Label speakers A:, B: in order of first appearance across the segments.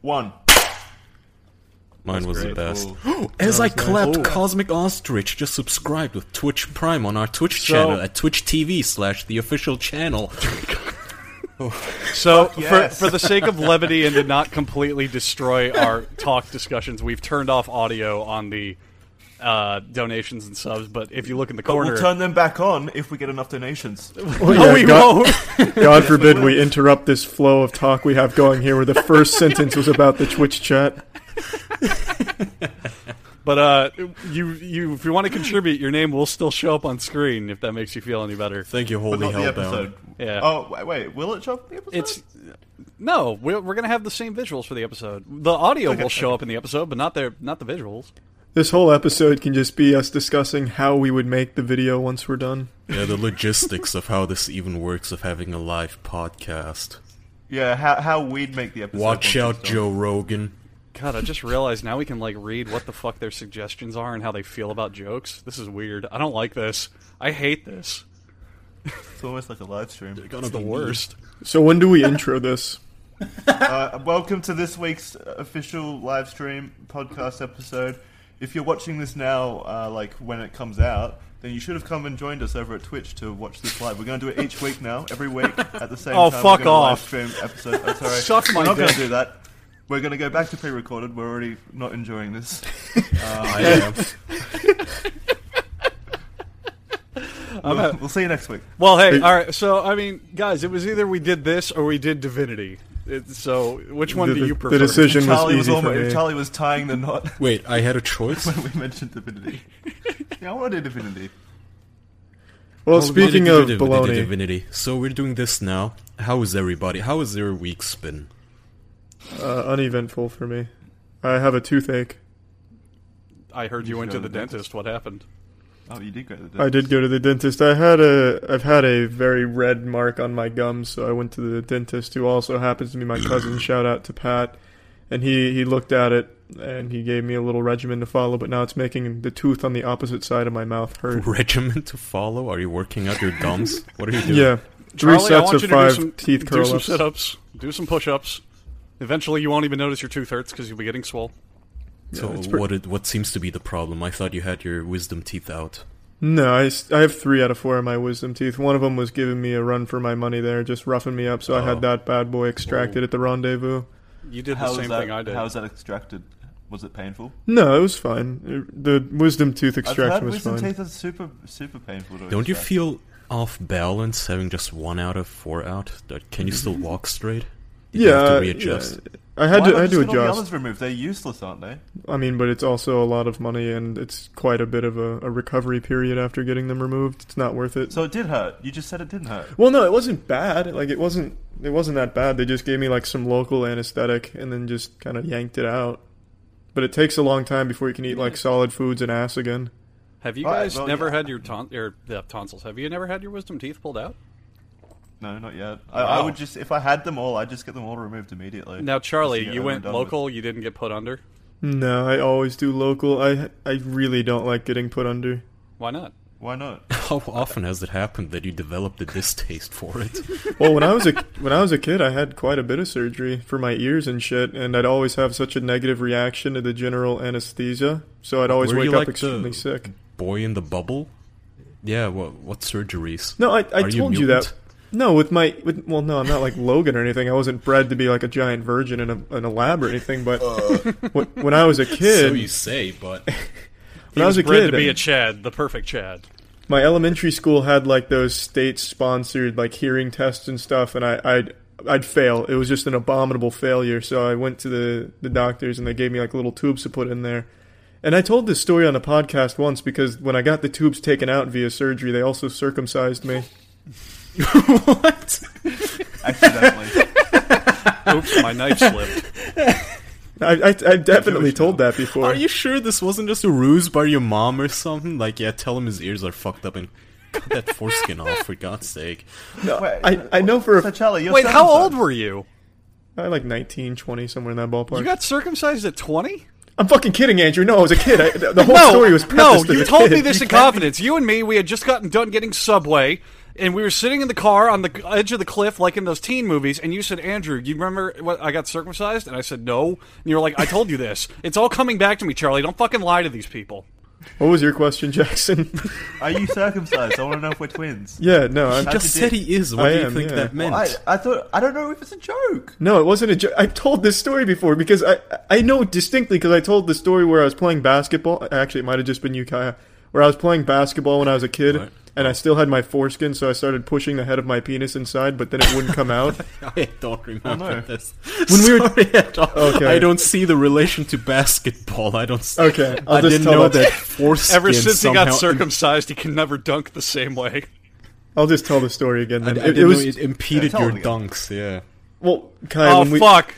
A: One.
B: Mine was the
A: great.
B: best.
A: Cool.
B: As I
A: That was
B: clapped,
A: nice. Ooh.
B: Cosmic Ostrich just subscribed with Twitch Prime on our Twitch
C: So-
B: channel at Twitch TV slash the official channel.
C: So,
A: yes.
C: for, for the sake of levity and to not completely destroy our talk discussions, we've turned off audio on the uh, donations and subs. But if you look in the
A: But
C: corner,
A: we'll turn them back on if we get enough donations.
C: no,
D: Oh, yeah,
C: we
D: God-
C: won't.
D: God forbid we interrupt this flow of talk we have going here, where the first sentence was about the Twitch chat.
C: But uh, you, you, if you want to contribute, your name will still show up on screen if that makes you feel any better.
B: Thank you,
A: But
B: holy
A: not the
B: hellbound.
A: episode.
C: Yeah.
A: Oh wait, wait, will it show up in the episode?
C: It's no, we're, we're gonna have the same visuals for the episode. The audio will show up in the episode, but not the not the visuals.
D: This whole episode can just be us discussing how we would make the video once we're done.
B: Yeah, the logistics of how this even works of having a live podcast.
A: yeah. How, how we'd make the episode?
B: Watch
A: once
B: out,
A: it's done.
B: Joe Rogan.
C: God, I just realized now we can like read what the fuck their suggestions are and how they feel about jokes. This is weird. I don't like this. I hate this.
A: It's almost like a live stream.
B: Gonna
C: It's the
B: be me.
C: worst.
D: So when do we intro this?
A: Uh, welcome to this week's official live stream podcast episode. If you're watching this now, uh, like when it comes out, then you should have come and joined us over at Twitch to watch this live. We're going to do it each week now, every week at the same
C: Oh,
A: time.
C: fuck
A: we're gonna
C: off.
A: Live stream episode. Oh, sorry,
C: Suck my
A: we're not going to
C: dick.
A: do that. We're going to go back to pre-recorded. We're already not enjoying this.
B: I am.
A: We'll, we'll see you next week.
C: Well, hey, all right. So, I mean, guys, it was either we did this or we did Divinity. It, so, which one
D: the,
C: do you
D: the
C: prefer?
D: decision
A: Charlie
D: was
A: was,
D: easy for
A: almost,
D: me.
A: Charlie was tying the knot
B: Wait, I had a choice?
A: when we mentioned divinity. yeah, I want to do divinity.
D: well, speaking of
B: Divinity,
D: baloney,
B: Divinity. So we're doing this now. How is everybody? How has their week been?
D: uh, uneventful for me. I have a toothache.
C: I heard you went
A: go to
C: to the
A: the dentist.
C: dentist. What happened?
A: Oh, you did go to the
D: I
A: dentist.
D: did go to the dentist. I had a I've had a very red mark on my gums, so I went to the dentist who also happens to be my cousin. Shout out to Pat. And he he looked at it and he gave me a little regimen to follow, but now it's making the tooth on the opposite side of my mouth hurt.
B: Regimen to follow? Are you working out your gums? What are you doing?
D: Yeah.
C: Charlie,
D: Three
C: I
D: sets
C: want
D: of
C: you to
D: five
C: do some,
D: teeth
C: do
D: curl
C: some
D: ups.
C: sit-ups, do some push-ups. Eventually, you won't even notice your tooth hurts because you'll be getting swole.
B: So
D: it's
B: what
D: pre-
B: it- what seems to be the problem? I thought you had your wisdom teeth out.
D: No, I, s- I have three out of four of my wisdom teeth. One of them was giving me a run for my money there, just roughing me up, so I
B: Oh.
D: had that bad boy extracted at the rendezvous.
C: You did
A: How
C: the
A: was
C: same
A: that?
C: thing I did.
A: How was that extracted? Was it painful?
D: No, it was fine. It- The wisdom tooth
A: I've
D: extraction
A: heard
D: was
A: wisdom
D: fine.
A: teeth are super, super painful. To
B: Don't you
A: extract.
B: feel off balance having just one out of four out? That- Can you still walk straight? Did you
D: Yeah,
B: have
D: I-
B: to readjust.
D: yeah. I had
A: Why
D: to
A: not
D: I had
A: just
D: to
A: get all the others
D: adjust.
A: removed. They're useless, aren't they?
D: I mean, but it's also a lot of money, and it's quite a bit of a, a recovery period after getting them removed. It's not worth it.
A: So it did hurt. You just said it didn't hurt.
D: well, no, it wasn't bad. Like it wasn't it wasn't that bad. They just gave me like some local anesthetic and then just kind of yanked it out. But it takes a long time before you can eat like solid foods and ass again.
C: Have you
A: All right,
C: guys
A: well,
C: never
A: yeah.
C: had your ton- or, uh, tonsils? Have you never had your wisdom teeth pulled out?
A: No, not yet. I, I
C: Wow.
A: would just if I had them all, I'd just get them all removed immediately.
C: Now,
A: Just
C: Charlie,
A: to get
C: you
A: them
C: went
A: done with.
C: local. You didn't get put under.
D: No, I always do local. I I really don't like getting put under.
C: Why not?
A: Why not?
B: How often has it happened that you developed a distaste for it?
D: Well, when I was a when I was a kid, I had quite a bit of surgery for my ears and shit, and I'd always have such a negative reaction to the general anesthesia. So I'd always
B: Were
D: wake
B: you
D: up
B: like the-
D: extremely sick.
B: Boy in the bubble? Yeah, what what surgeries?
D: No, I, I
B: Are
D: told you,
B: mutant?
D: that. No, with my with, well, no, I'm not like Logan or anything. I wasn't bred to be like a giant virgin in a, in a lab or anything. But when, when I was a kid,
B: Uh. So you say, but
D: when I was, a
C: bred
D: kid,
C: to be a Chad, the perfect Chad.
D: my elementary school had like those state sponsored like hearing tests and stuff and I, I'd I'd fail. It was just an abominable failure. So I went to the, the doctors and they gave me like little tubes to put in there. And I told this story on a podcast once because when I got the tubes taken out via surgery, they also circumcised me.
B: what?
A: Accidentally.
C: Oops, my knife slipped.
D: I, I, I definitely
A: Jewish
D: told that before.
B: Are you sure this wasn't just a ruse by your mom or something? Like, yeah, tell him his ears are fucked up and cut that foreskin off for God's sake.
A: Wait,
D: I, I know for a
A: so
D: f-
A: Charlie, you're
C: Wait, how old
A: circumcised.
C: were you?
D: I like 19, 20, somewhere in that
C: You
D: ballpark.
C: got circumcised at twenty?
D: I'm fucking kidding, Andrew. No, I was a kid. I, the the whole
C: no,
D: story was
C: no.
D: prefaced as
C: You
D: a
C: told me
D: kid.
C: this in confidence. You and me, we had just gotten done getting Subway. and we were sitting in the car on the edge of the cliff, like in those teen movies. And you said, Andrew, you remember what I got circumcised? And I said, no. And you were like, I told you this. It's all coming back to me, Charlie. Don't fucking lie to these people.
D: What was your question, Jackson?
A: Are you circumcised? I want to know if we're twins.
D: yeah, no, I'm,
A: That's
B: just
A: a
B: said
A: dick.
B: he is. What
D: I
B: do you
D: am,
B: think
D: yeah.
B: that meant?
A: I, I thought I don't know if it's a joke.
D: no, it wasn't a jo- I've told this story before because I I know distinctly because I told the story where I was playing basketball. Actually, it might have just been you, Kaya, where I was playing basketball when I was a kid.
B: Right.
D: And I still had my foreskin, so I started pushing the head of my penis inside, but then it wouldn't come out.
B: I don't remember
A: no.
B: this.
D: When we were-
B: Sorry at all.
D: Okay.
B: I don't see the relation to basketball. I don't. See,
D: Okay, I'll
B: I
D: just
B: didn't
D: tell
B: know
D: that-
B: that foreskin.
C: Ever since he got
B: somehow-
C: circumcised, he can never dunk the same way.
D: I'll just tell the story again.
B: I, I
D: Then.
B: didn't
D: it, it was
B: know it impeded
A: Yeah, tell
B: your
A: him again.
B: dunks. Yeah.
D: well, Kaya.
C: Oh
D: when we,
C: fuck!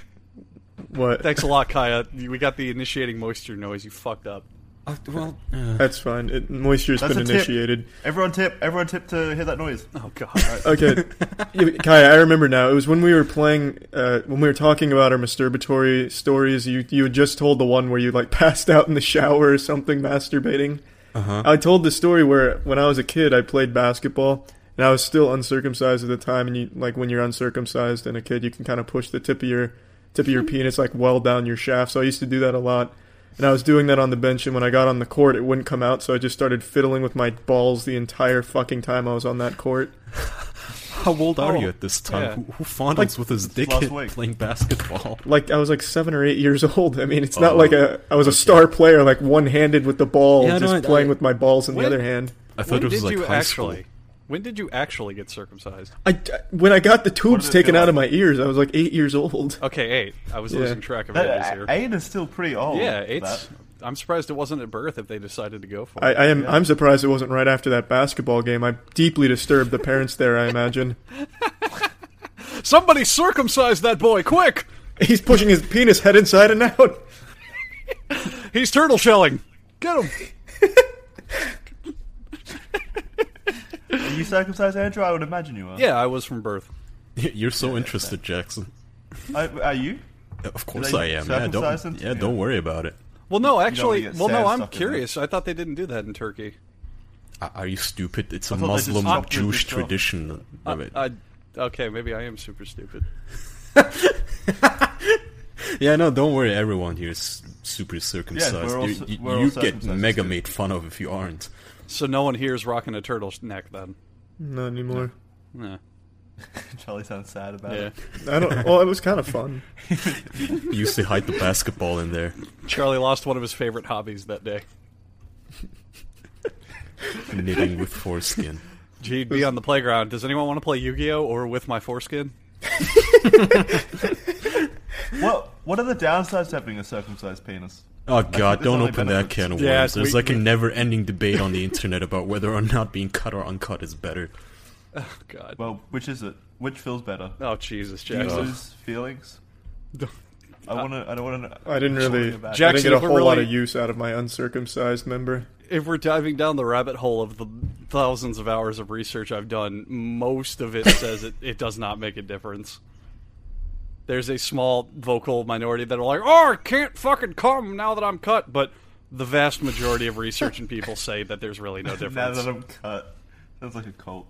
D: What?
C: Thanks a lot, Kaya. We got the initiating moisture noise. You fucked up.
B: Uh, well,
D: That's fine. It, moisture's
A: That's
D: been
A: a tip.
D: initiated.
A: Everyone tip. Everyone tip to hear that noise.
C: Oh god.
D: Okay, yeah, but Kai, I remember now. It was when we were playing, uh, when we were talking about our masturbatory stories. You you had just told the one where you like passed out in the shower or something, masturbating.
B: uh-huh.
D: I told the story where when I was a kid, I played basketball and I was still uncircumcised at the time. And you like when you're uncircumcised and a kid, you can kind of push the tip of your tip of your penis like well down your shaft. So I used to do that a lot. And I was doing that on the bench, and when I got on the court, it wouldn't come out, so I just started fiddling with my balls the entire fucking time I was on that court.
B: How old are
C: Oh,
B: you at this time?
C: yeah.
B: Who, who fondles with his dick
A: last
B: in
A: week.
B: playing basketball?
D: like I was like seven or eight years old. I mean, it's not
B: Oh,
D: like a I was a star player, like one handed with the ball,
B: Yeah,
D: just
B: no, I-
D: playing with my balls in
C: When-
D: the other hand.
B: I thought
C: when
B: it was
C: did
B: like
C: you
B: high
C: actually?
B: school.
C: When did you actually get circumcised?
D: I when I got the tubes
A: does it
D: taken
A: feel
D: out of my
A: like?
D: ears, I was like eight years old.
C: Okay, eight. I was
D: Yeah.
C: losing track of ages
A: That
C: here.
A: Aiden is still pretty old.
C: yeah,
A: for
C: eight's.
A: that.
C: I'm surprised it wasn't at birth if they decided to go for
D: I,
C: it.
D: I am I'm surprised it wasn't right after that basketball game. I deeply disturbed the parents there. I imagine
C: Somebody circumcise that boy quick!
D: he's pushing his penis head inside and out.
C: He's turtle shelling. Get him.
A: Are you circumcised, Andrew? I would imagine you are.
C: Yeah, I was from birth.
B: You're so interested, Jackson.
A: I, are you?
B: Of course
A: they
B: I am. Yeah,
A: circumcise
B: don't.
A: them?
B: Yeah,
A: Yeah.
B: don't worry about it.
C: Well, no, actually,
A: get
C: well, no,
A: sand
C: I'm
A: stuck in there.
C: curious. I thought they didn't do that in Turkey.
B: A- Are you stupid? It's a
A: thought they just
B: Muslim
A: chopped your
B: Jewish
A: dicks off.
B: tradition. of it.
C: I, okay, maybe I am super stupid.
B: Yeah, no, don't worry. Everyone here is super circumcised.
A: we're all
B: You-
A: cir-
B: you
A: we're all
B: you get
A: circumcised,
B: mega
A: too.
B: made fun of if you aren't.
C: So no one here is rocking a turtle's neck then.
D: Not anymore.
C: Yeah.
A: Charlie sounds sad about
C: yeah.
A: it.
D: I don't. Well, it was kind of fun.
B: You used to hide the basketball in there.
C: Charlie lost one of his favorite hobbies that day.
B: Knitting with foreskin.
C: G'd be on the playground. Does anyone want to play Yu-Gi-Oh or with my foreskin?
A: What What are the downsides to having a circumcised penis?
B: Oh god,
A: there's
B: don't
A: only
B: open that
A: benefits.
B: can of worms.
C: Yeah,
B: There's
C: we-
B: like a
C: we-
B: never-ending debate on the internet about whether or not being cut or uncut is better.
C: Oh, God.
A: Well, which is it? Which feels better?
C: Oh Jesus, Jackson.
A: Uses feelings. I want to. I don't want to.
D: I didn't really.
A: about
D: I didn't
C: Jackson,
D: get a
C: if we're
D: whole lot
C: really-
D: of use out of my uncircumcised member.
C: If we're diving down the rabbit hole of the thousands of hours of research I've done, most of it says it, it does not make a difference. There's a small vocal minority that are like, "Oh, I can't fucking come now that I'm cut," but the vast majority of research and people say that there's really no
A: Now
C: difference.
A: that I'm cut, sounds like a cult.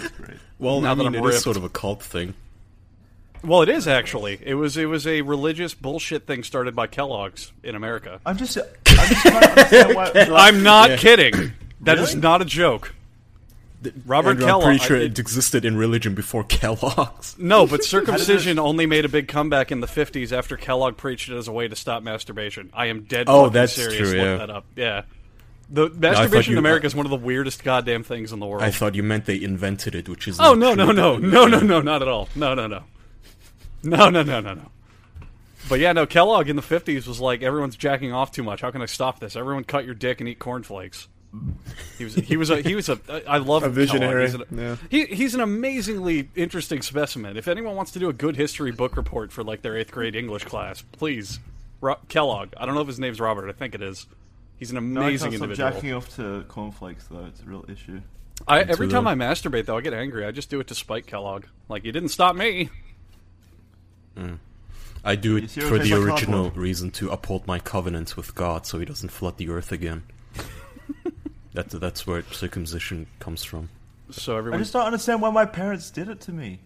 A: That's great.
B: Well,
C: Now
B: I
C: that
B: mean,
C: I'm
B: it is
C: ripped.
B: sort of a cult thing.
C: well, it is actually. It was it was a religious bullshit thing started by Kellogg's in America.
A: I'm just. I'm just trying to understand why.
C: I'm not
B: Yeah.
C: kidding. That is
A: Really?
C: not a joke. Robert
B: Andrew,
C: Kellogg.
B: I'm pretty sure
C: I-
B: it existed in religion before Kellogg's.
C: No, but circumcision only made a big comeback in the 50s after Kellogg preached it as a way to stop masturbation. I am dead
B: Oh,
C: fucking
B: that's
C: serious.
B: true,
C: Look
B: yeah.
C: that up. Yeah. The masturbation in
B: you-
C: America is one of the weirdest goddamn things in the world.
B: I thought you meant they invented it, which is
C: oh,
B: not
C: no, no,
B: true.
C: no. No, no, no, not at all. No, no, no. No, no, no, no, no. But yeah, no, Kellogg in the 50s was like, everyone's jacking off too much. How can I stop this? Everyone cut your dick and eat cornflakes. He was he was a he was a I love
D: A visionary,
C: Kellogg. He's an,
D: yeah.
C: he, he's an amazingly interesting specimen. If anyone wants to do a good history book report for like their eighth grade English class, please Ro- Kellogg. I don't know if his name's Robert. I think it is. He's an
A: No, I
C: amazing
A: can't stop
C: individual.
A: jacking off to cornflakes though. It's a real issue.
C: I, every
B: to
C: time
B: the-
C: I masturbate, though, I get angry. I just do it to spite Kellogg. Like you didn't stop me.
B: I
A: You
B: do it
A: see what
B: for
A: it
B: the
A: tastes like
B: original
A: cardboard?
B: reason to uphold my covenant with God, so He doesn't flood the earth again. that's that's where circumcision comes from.
C: So
A: I
C: everyone,
A: just don't understand why my parents did it to me.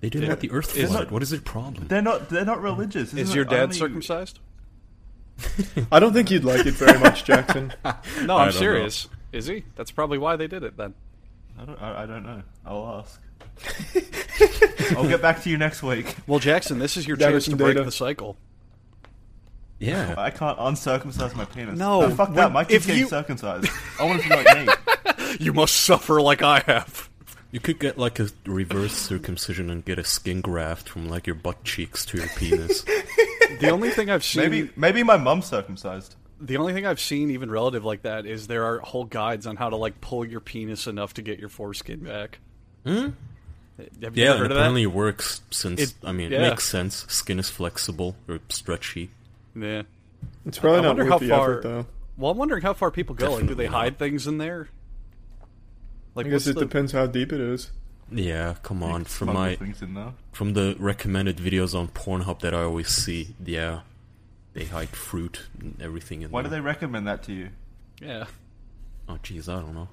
B: They didn't
C: Yeah.
B: let the earth
C: It's-
B: flood. What is their problem?
A: They're not. They're not religious.
C: Mm. is
A: Isn't
C: your
A: it
C: dad
A: only-
C: circumcised?
D: I don't think you'd like it very much, Jackson.
C: No,
B: I
C: I'm
B: don't know.
C: serious. Is he? That's probably why they did it then.
A: I don't, I, I don't know. I'll ask. I'll get back to you next week.
C: Well, Jackson, this is your
D: Gather
C: chance to
D: some
C: break
D: data.
C: the cycle.
B: Yeah.
A: I can't uncircumcise my penis.
C: No,
A: fuck
C: when-
A: that. My kid's
C: if
A: getting
C: you-
A: circumcised. I want it to be like me.
C: You must suffer like I have.
B: You could get like a reverse circumcision and get a skin graft from like your butt cheeks to your penis.
C: The only thing I've seen,
A: Maybe, maybe my mum's circumcised.
C: the only thing I've seen, even relative like that, is there are whole guides on how to like pull your penis enough to get your foreskin back. Hmm. Have you
B: yeah,
C: ever
B: and
C: heard of
B: apparently
C: that?
B: it works since
C: It-
B: I mean
C: yeah.
B: it makes sense. Skin is flexible or stretchy.
C: Yeah.
D: It's probably
C: I
D: not
C: wonder
D: worth
C: how
D: the
C: far-
D: effort, though.
C: Well, I'm wondering how far people go. Like, do they
B: Definitely not.
C: hide things in there? Like,
D: I
C: what's
D: guess it
C: the-
D: depends how deep it is.
B: Yeah, come on. From
A: Smuggle
B: my
A: things in there.
B: from the recommended videos on Pornhub that I always see, yeah. They hide fruit and everything in
A: Why do
B: there.
A: they recommend that to you?
C: Yeah.
B: Oh jeez, I don't know.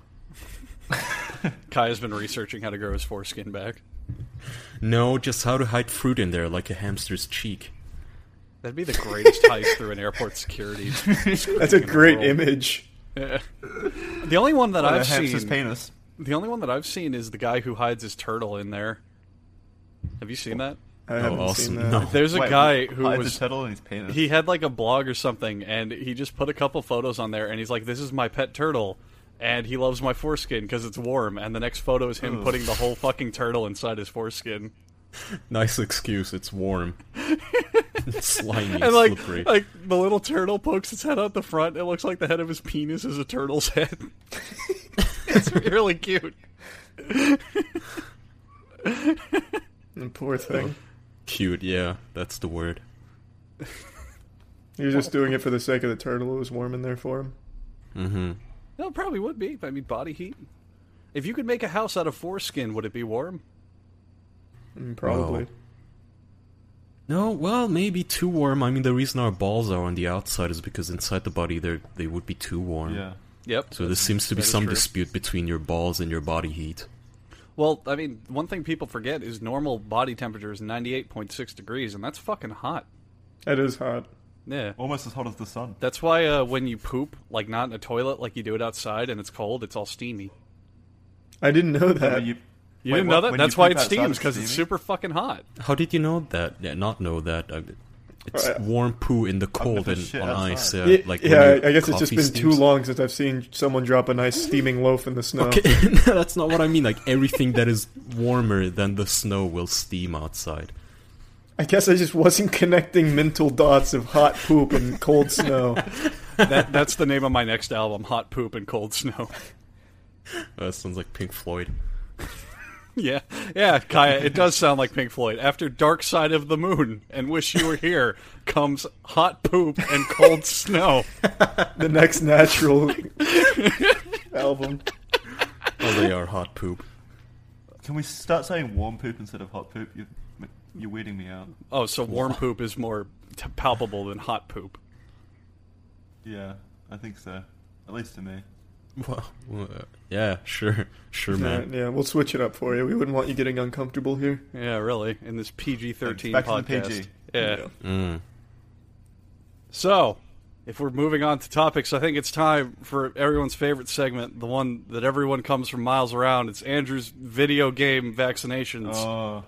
C: Kai has been researching how to grow his foreskin back.
B: No, just how to hide fruit in there like a hamster's cheek.
C: That'd be the greatest heist through an airport security.
D: That's a
C: the
D: great
C: world.
D: image.
C: Yeah. The only one that
A: Or
C: I've
A: a hamster's
C: seen,
A: penis.
C: the only one that I've seen is the guy who hides his turtle in there. Have you seen that?
D: I haven't
B: Oh, awesome.
D: seen that.
B: No.
C: There's a
A: Wait,
C: guy who
A: hides
C: was
A: a turtle in his penis.
C: he had like a blog or something and he just put a couple photos on there and he's like this is my pet turtle and he loves my foreskin because it's warm and the next photo is him
A: Ugh.
C: putting the whole fucking turtle inside his foreskin
B: Nice excuse, it's warm. Slimy,
C: and like
B: slippery.
C: like the little turtle pokes its head out the front it looks like the head of his penis is a turtle's head it's really cute
D: Poor thing.
B: Cute, yeah, that's the word.
D: He was just doing it for the sake of the turtle. It was warm in there for him.
B: Mm-hmm.
C: no it probably would be i mean body heat if you could make a house out of foreskin would it be warm
D: Mm, Probably.
B: Wow. No, well, maybe too warm. I mean, the reason our balls are on the outside is because inside the body they they would be too warm.
A: yeah.
C: yep
B: So there seems to be
C: That is
B: some
C: true.
B: dispute between your balls and your body heat.
C: Well, I mean, one thing people forget is normal body temperature is 98.6 degrees, and that's fucking hot.
D: That is hot.
C: Yeah.
A: Almost as hot as the sun.
C: That's why uh, when you poop, like not in a toilet like you do it outside and it's cold, it's all steamy.
D: I didn't know
A: When
D: that.
A: you-
C: You
A: Uh, Wait,
C: didn't
A: what?
C: know that?
A: When
C: That's
A: you
C: why
A: poop
C: it
A: outside,
C: steams,
A: it's
C: because it's
A: steamy?
C: super fucking hot.
B: How did you know that? Yeah, not know that. I, it's
D: Uh,
B: warm poo in the cold
A: never
B: and
A: shit
B: on ice.
A: outside.
B: Yeah,
D: Yeah,
B: uh, like when your
D: yeah, I guess it's just
B: coffee
D: been too
B: steams.
D: long since I've seen someone drop a nice steaming loaf in the snow.
B: Okay, no, that's not what I mean. Like everything that is warmer than the snow will steam outside.
D: I guess I just wasn't connecting mental dots of hot poop and cold snow.
C: That, that's the name of my next album, Hot Poop and Cold Snow.
B: Uh, that sounds like Pink Floyd.
C: yeah. Yeah, Kaya, it does sound like Pink Floyd. After Dark Side of the Moon and Wish You Were Here comes Hot Poop and Cold Snow.
D: The next natural album.
B: Oh, they are hot poop.
A: Can we start saying warm poop instead of hot poop? You're, you're weirding me out.
C: Oh, so warm poop is more t- palpable than hot poop.
A: Yeah, I think so. At least to me.
B: Well, uh, yeah, sure, sure,
D: Yeah,
B: man.
D: yeah, we'll switch it up for you. We wouldn't want you getting uncomfortable here.
C: Yeah, really. In this PG thirteen
A: Back to the
C: podcast.
A: PG.
C: Yeah.
B: Mm.
C: So, if we're moving on to topics, I think it's time for everyone's favorite segment, the one that everyone comes from miles around. It's Andrew's video game vaccinations.
A: Oh,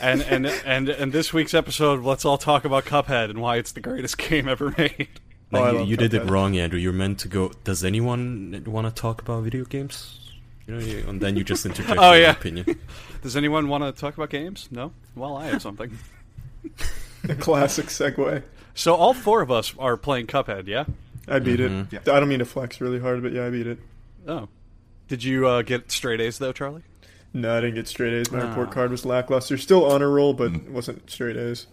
C: And and and and this week's episode, let's all talk about Cuphead and why it's the greatest game ever made.
D: Oh, I
B: Like, you
D: love
B: you did it
D: Cuphead.
B: wrong, Andrew. You're meant to go. Does anyone want to talk about video games? You know, you- and then you just interject
C: Oh,
B: your
C: yeah.
B: opinion.
C: Does anyone want to talk about games? No? Well, I have something.
D: A classic segue.
C: So all four of us are playing Cuphead, yeah?
D: I beat
B: Mhm.
D: it. I don't mean to flex really hard, but yeah, I beat it.
C: Oh. Did you uh, get straight A's though, Charlie?
D: No, I didn't get straight A's. My report
C: Ah.
D: card was lackluster. Still honor roll, but it wasn't straight A's.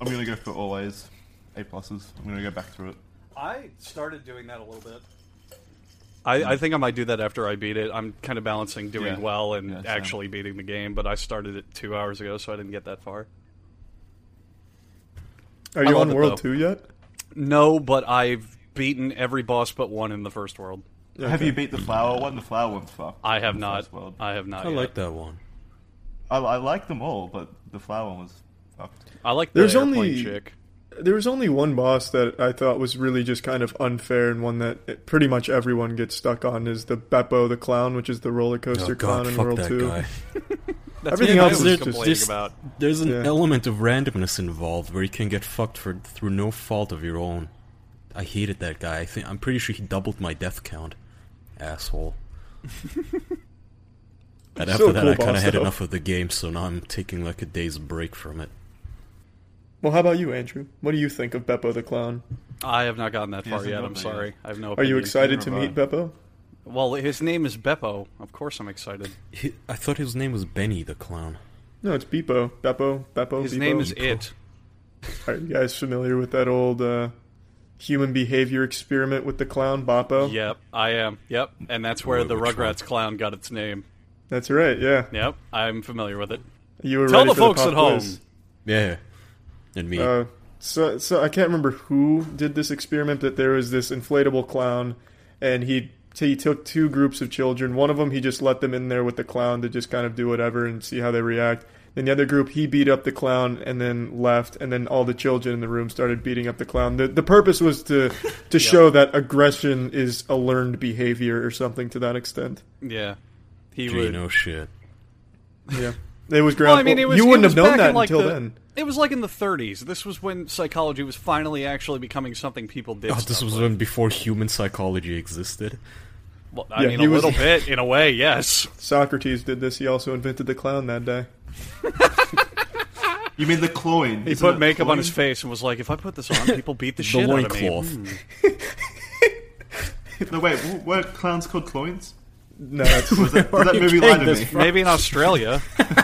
A: I'm gonna go for always A pluses. I'm gonna go back through it.
C: I started doing that a little bit. I, I think I might do that after I beat it. I'm kind of balancing doing
A: Yeah.
C: well and
A: Yeah, same.
C: actually beating the game, but I started it two hours ago, so I didn't get that far.
D: Are
C: I
D: you
C: love
D: on
C: it,
D: World
C: though.
D: Two yet?
C: No, but I've beaten every boss but one in the first world.
A: Have you beat the flower one? The flower one's fucked.
C: I have
A: The
C: not.
A: first world. I,
C: I have not.
B: I
C: yet.
B: like that one.
A: I like them all, but the flower one was fucked.
C: I like.
D: There's
C: the airplane
D: only-
C: chick.
D: There was only one boss that I thought was really just kind of unfair and one that it- pretty much everyone gets stuck on is the Beppo the Clown, which is the roller
B: Oh,
D: coaster clown in World 2.
C: That's
D: Everything
C: what I
D: else
C: was
D: is just-
C: complaining
B: There's,
C: about.
B: there's an
D: Yeah.
B: element of randomness involved where you can get fucked for through no fault of your own. I hated that guy. I think I'm pretty sure he doubled my death count. Asshole. and after
D: Still a
B: that,
D: cool
B: I kind
D: boss,
B: of had
D: though.
B: enough of the game, so now I'm taking like a day's break from it.
D: Well, how about you, Andrew? What do you think of Beppo the Clown?
C: I have not gotten that far
A: hasn't
C: yet.
A: done
C: I'm
A: that
C: sorry.
A: yet.
C: I have no.
D: Are you
C: opinion.
D: excited to
A: Never
D: meet
A: mind.
D: Beppo?
C: Well, his name is Beppo. Of course, I'm excited.
B: He, I thought his name was Benny the Clown.
D: No, it's Beppo. Beppo. Beppo.
C: His
D: Beppo.
C: name is
B: Beppo.
C: It.
D: Are you guys familiar with that old uh, human behavior experiment with the clown Beppo?
C: Yep, I am. Yep, and that's where
B: Wait,
C: the
B: which
C: Rugrats clown got its name.
D: That's right. Yeah.
C: Yep, I'm familiar with it.
D: You were
C: Tell
D: ready
C: the
D: for
C: folks
D: pop
C: at home.
D: quiz.
B: Yeah. And me.
D: Uh, so, so I can't remember who did this experiment, but there was this inflatable clown, and he he took two groups of children. One of them he just let them in there with the clown to just kind of do whatever and see how they react. Then the other group he beat up the clown and then left, and then all the children in the room started beating up the clown. The the purpose was to to show that aggression is a learned behavior or something to that extent.
C: Yeah, he
B: Gee,
C: would.
B: no shit.
D: Yeah, it was ground.
C: Well, I mean, it was,
D: you
C: it
D: wouldn't
C: was
D: have known
C: back
D: that
C: in, like,
D: until
C: the-
D: then.
C: It was like in the 30s. This was when psychology was finally actually becoming something people did.
B: Oh, this
C: stuff
B: was
C: with.
B: when before human psychology existed.
C: Well, I
D: Yeah,
C: mean,
D: he
C: a
D: was-
C: little bit in a way. Yes.
D: Socrates did this. He also invented the clown that day.
A: You mean the cloyne?
C: He put makeup on his face and was like, "If I put this on, people beat the
B: The
C: shit out of me." Hmm.
B: loincloth.
A: No, wait. wh- Were clowns called cloynes?
D: No, that's
A: Was that,
B: Where
A: did that
B: are you
A: movie lie
B: getting
A: to
B: this
A: me?
B: from?
C: Maybe in Australia.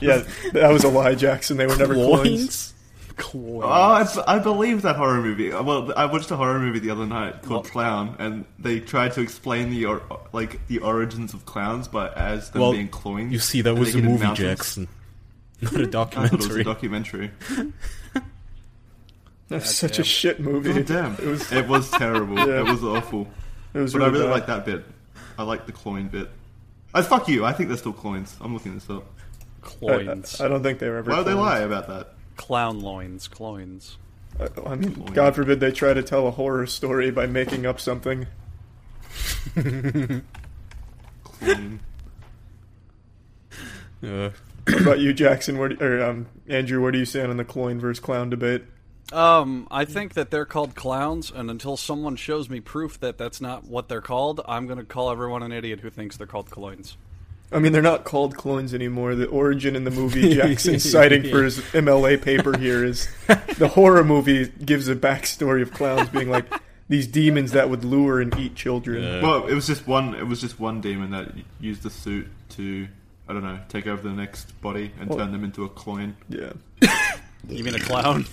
D: Yeah, that was a lie, Jackson. They were never coins.
B: Loins?
A: Oh, I, b- I believe that horror movie. Well, I watched a horror movie the other night called Clown, and they tried to explain the or, like the origins of clowns, but as them
B: Well,
A: being cloynes.
B: You see, that
A: and
B: was
A: they
B: a
A: hid in
B: movie,
A: mountains.
B: Jackson. Not a
A: I thought it was
B: documentary.
A: a documentary.
D: That's such a shit movie.
A: God Oh, damn,
D: It was.
A: it was terrible.
D: Yeah.
A: It was awful.
D: It was
A: But
D: really
A: I really
D: bad.
A: like that bit. I like the cloyne bit. I fuck you. I think they're still cloynes. I'm looking this up.
C: Cloins.
D: I, I don't think they were ever.
A: Why would they
D: coins.
A: lie about that?
C: Clown loins. Cloins.
D: I, I mean, God forbid they try to tell a horror story by making up something.
A: Cloyne.
B: Uh,
D: What about you, Jackson? Where do, or um, Andrew? Where do you stand on the cloyne versus clown debate?
C: Um, I think that they're called clowns, and until someone shows me proof that that's not what they're called, I'm going to call everyone an idiot who thinks they're called cloins.
D: I mean, they're not called clones anymore. The origin in the movie Jackson citing for his MLA paper here is the horror movie gives a backstory of clowns being like these demons that would lure and eat children.
B: Yeah.
A: Well, it was just one. It was just one demon that y- used the suit to, I don't know, take over the next body and
D: Well-
A: turn them into a coin.
D: yeah.
C: You mean a clown?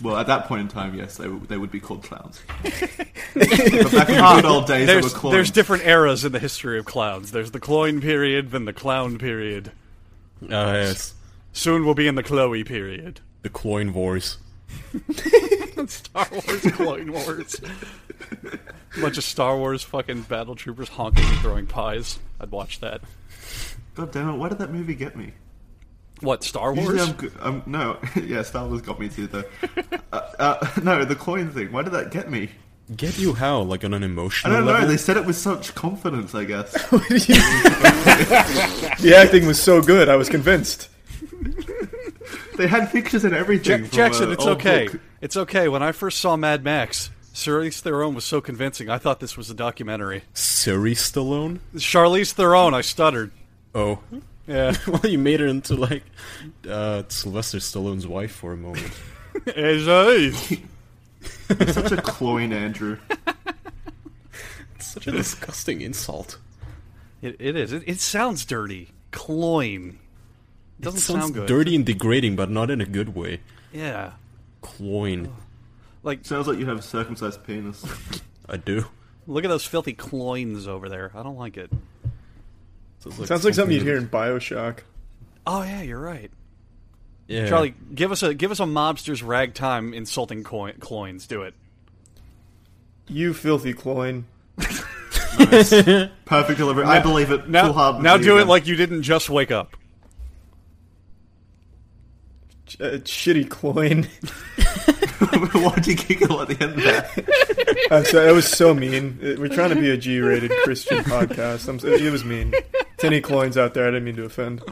A: Well, at that point in time, yes, they, w- they would be called clowns. but back in the good old days, they were
C: there's,
A: clowns.
C: there's different eras in the history of clowns. There's the cloin period, then the clown period.
B: Ah, yes.
C: Soon we'll be in the Chloe period.
B: The Cloyne Wars.
C: Star Wars Clone Wars. Bunch of Star Wars fucking battle troopers honking and throwing pies. I'd watch that.
A: God damn it! Why did that movie get me?
C: What, Star
A: Usually,
C: Wars?
A: I'm, good- I'm no, yeah, Star Wars got me too though. uh, uh, no, the coin thing. Why did that get me?
B: Get you how? Like on an
A: I
B: emotional
A: don't know.
B: level?
A: They said it with such confidence. I guess.
D: The acting was so good, I was convinced.
A: They had pictures and
C: Ja-
A: everything. from
C: Jackson,
A: a
C: it's
A: old
C: okay.
A: book.
C: It's okay. When I first saw Mad Max, Charlize Theron was so convincing. I thought this was a documentary.
B: Siri Stallone?
C: Charlize Theron, I stuttered.
B: Oh.
C: Yeah.
B: well, you made her into like uh, Sylvester Stallone's wife for a moment.
C: As I-
A: You're such a cloyne, Andrew.
B: It's such a disgusting insult.
C: it, it is. It, it sounds dirty. Cloyne. It doesn't
B: it sounds
C: sound good.
B: dirty and degrading, but not in a good way.
C: Yeah.
B: Cloyne.
C: Like,
A: Sounds like you have a circumcised penis.
B: I do.
C: look at those filthy cloynes over there. I don't like it.
B: Sounds
D: Sounds like something you'd
B: that-
D: hear in Bioshock.
C: Oh, yeah, you're right.
B: Yeah.
C: Charlie, give us a give us a mobster's ragtime insulting coin, cloins. Do it.
D: You filthy cloyne.
A: Nice. Perfect delivery. I believe it. Full
C: Now,
A: heart
C: now
A: believer.
C: do it like you didn't just wake up.
D: Ch- uh, shitty coin.
A: Why'd you giggle at the end of that?
D: I'm sorry, that was so mean. Uh, We're trying to be a G-rated Christian podcast. I'm, s- uh, it was mean. To any clones out there, I didn't mean to offend.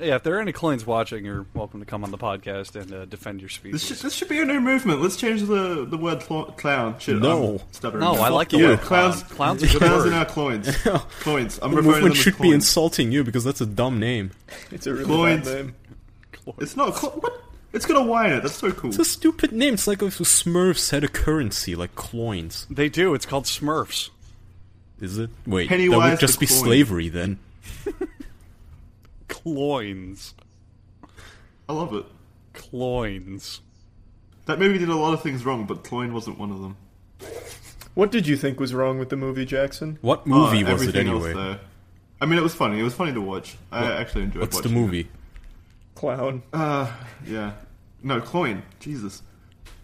C: Yeah, if there are any clones watching, you're welcome to come on the podcast and uh, defend your species.
A: This should, this should be a new movement. Let's change the, the word cl- clown. Shit,
B: No.
A: I'm um, stuttering.
C: no, I
A: Fuck
C: like the
A: you.
C: word
A: clowns.
C: Clown. Clown's a good
A: clowns
C: word.
A: in our cloins. Cloins. I'm referring
B: The
A: to them
B: movement
A: as
B: should be
A: cloins.
B: insulting you because that's a dumb name.
D: It's a really
A: Clones.
D: bad name.
A: It's not. Cl- what? It's got a Y in it. That's so cool.
B: It's a stupid name. It's like if the Smurfs had a currency, like coins.
C: They do. It's called Smurfs.
B: Is it? Wait, that
A: Pennywise
B: would just
A: the
B: be
A: cloin.
B: slavery then.
C: Cloins.
A: I love it.
C: Cloins.
A: That movie did a lot of things wrong, but cloin wasn't one of them.
D: What did you think was wrong with the movie, Jackson?
B: What movie
A: Oh,
B: was it
A: everything else,
B: anyway?
A: though. I mean, it was funny. It was funny to watch. I actually enjoyed
B: What's the
A: watching it.
B: movie?
D: Clown.
A: Uh, yeah. No, cloin. Jesus.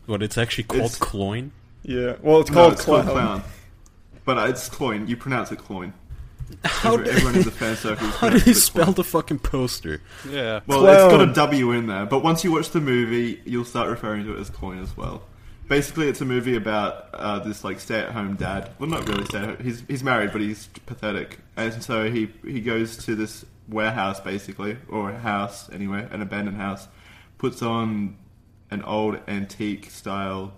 B: What it's actually called?
A: It's-
B: Cloin.
D: Yeah. Well, it's
A: No,
D: called
A: it's
D: clown.
A: called clown. But it's cloin. You pronounce it cloin.
B: How
A: Every-
B: do,
A: everyone in the fan circle.
B: how do you spell the fucking poster?
C: Yeah.
A: Well, it's got a
D: Clown.
A: W in there, but once you watch the movie, you'll start referring to it as coin as well. Basically, it's a movie about uh, this like stay-at-home dad. Well, not really stay-at-home. He's he's married, but he's pathetic, and so he he goes to this warehouse basically, or a house anyway, an abandoned house. Puts on an old antique style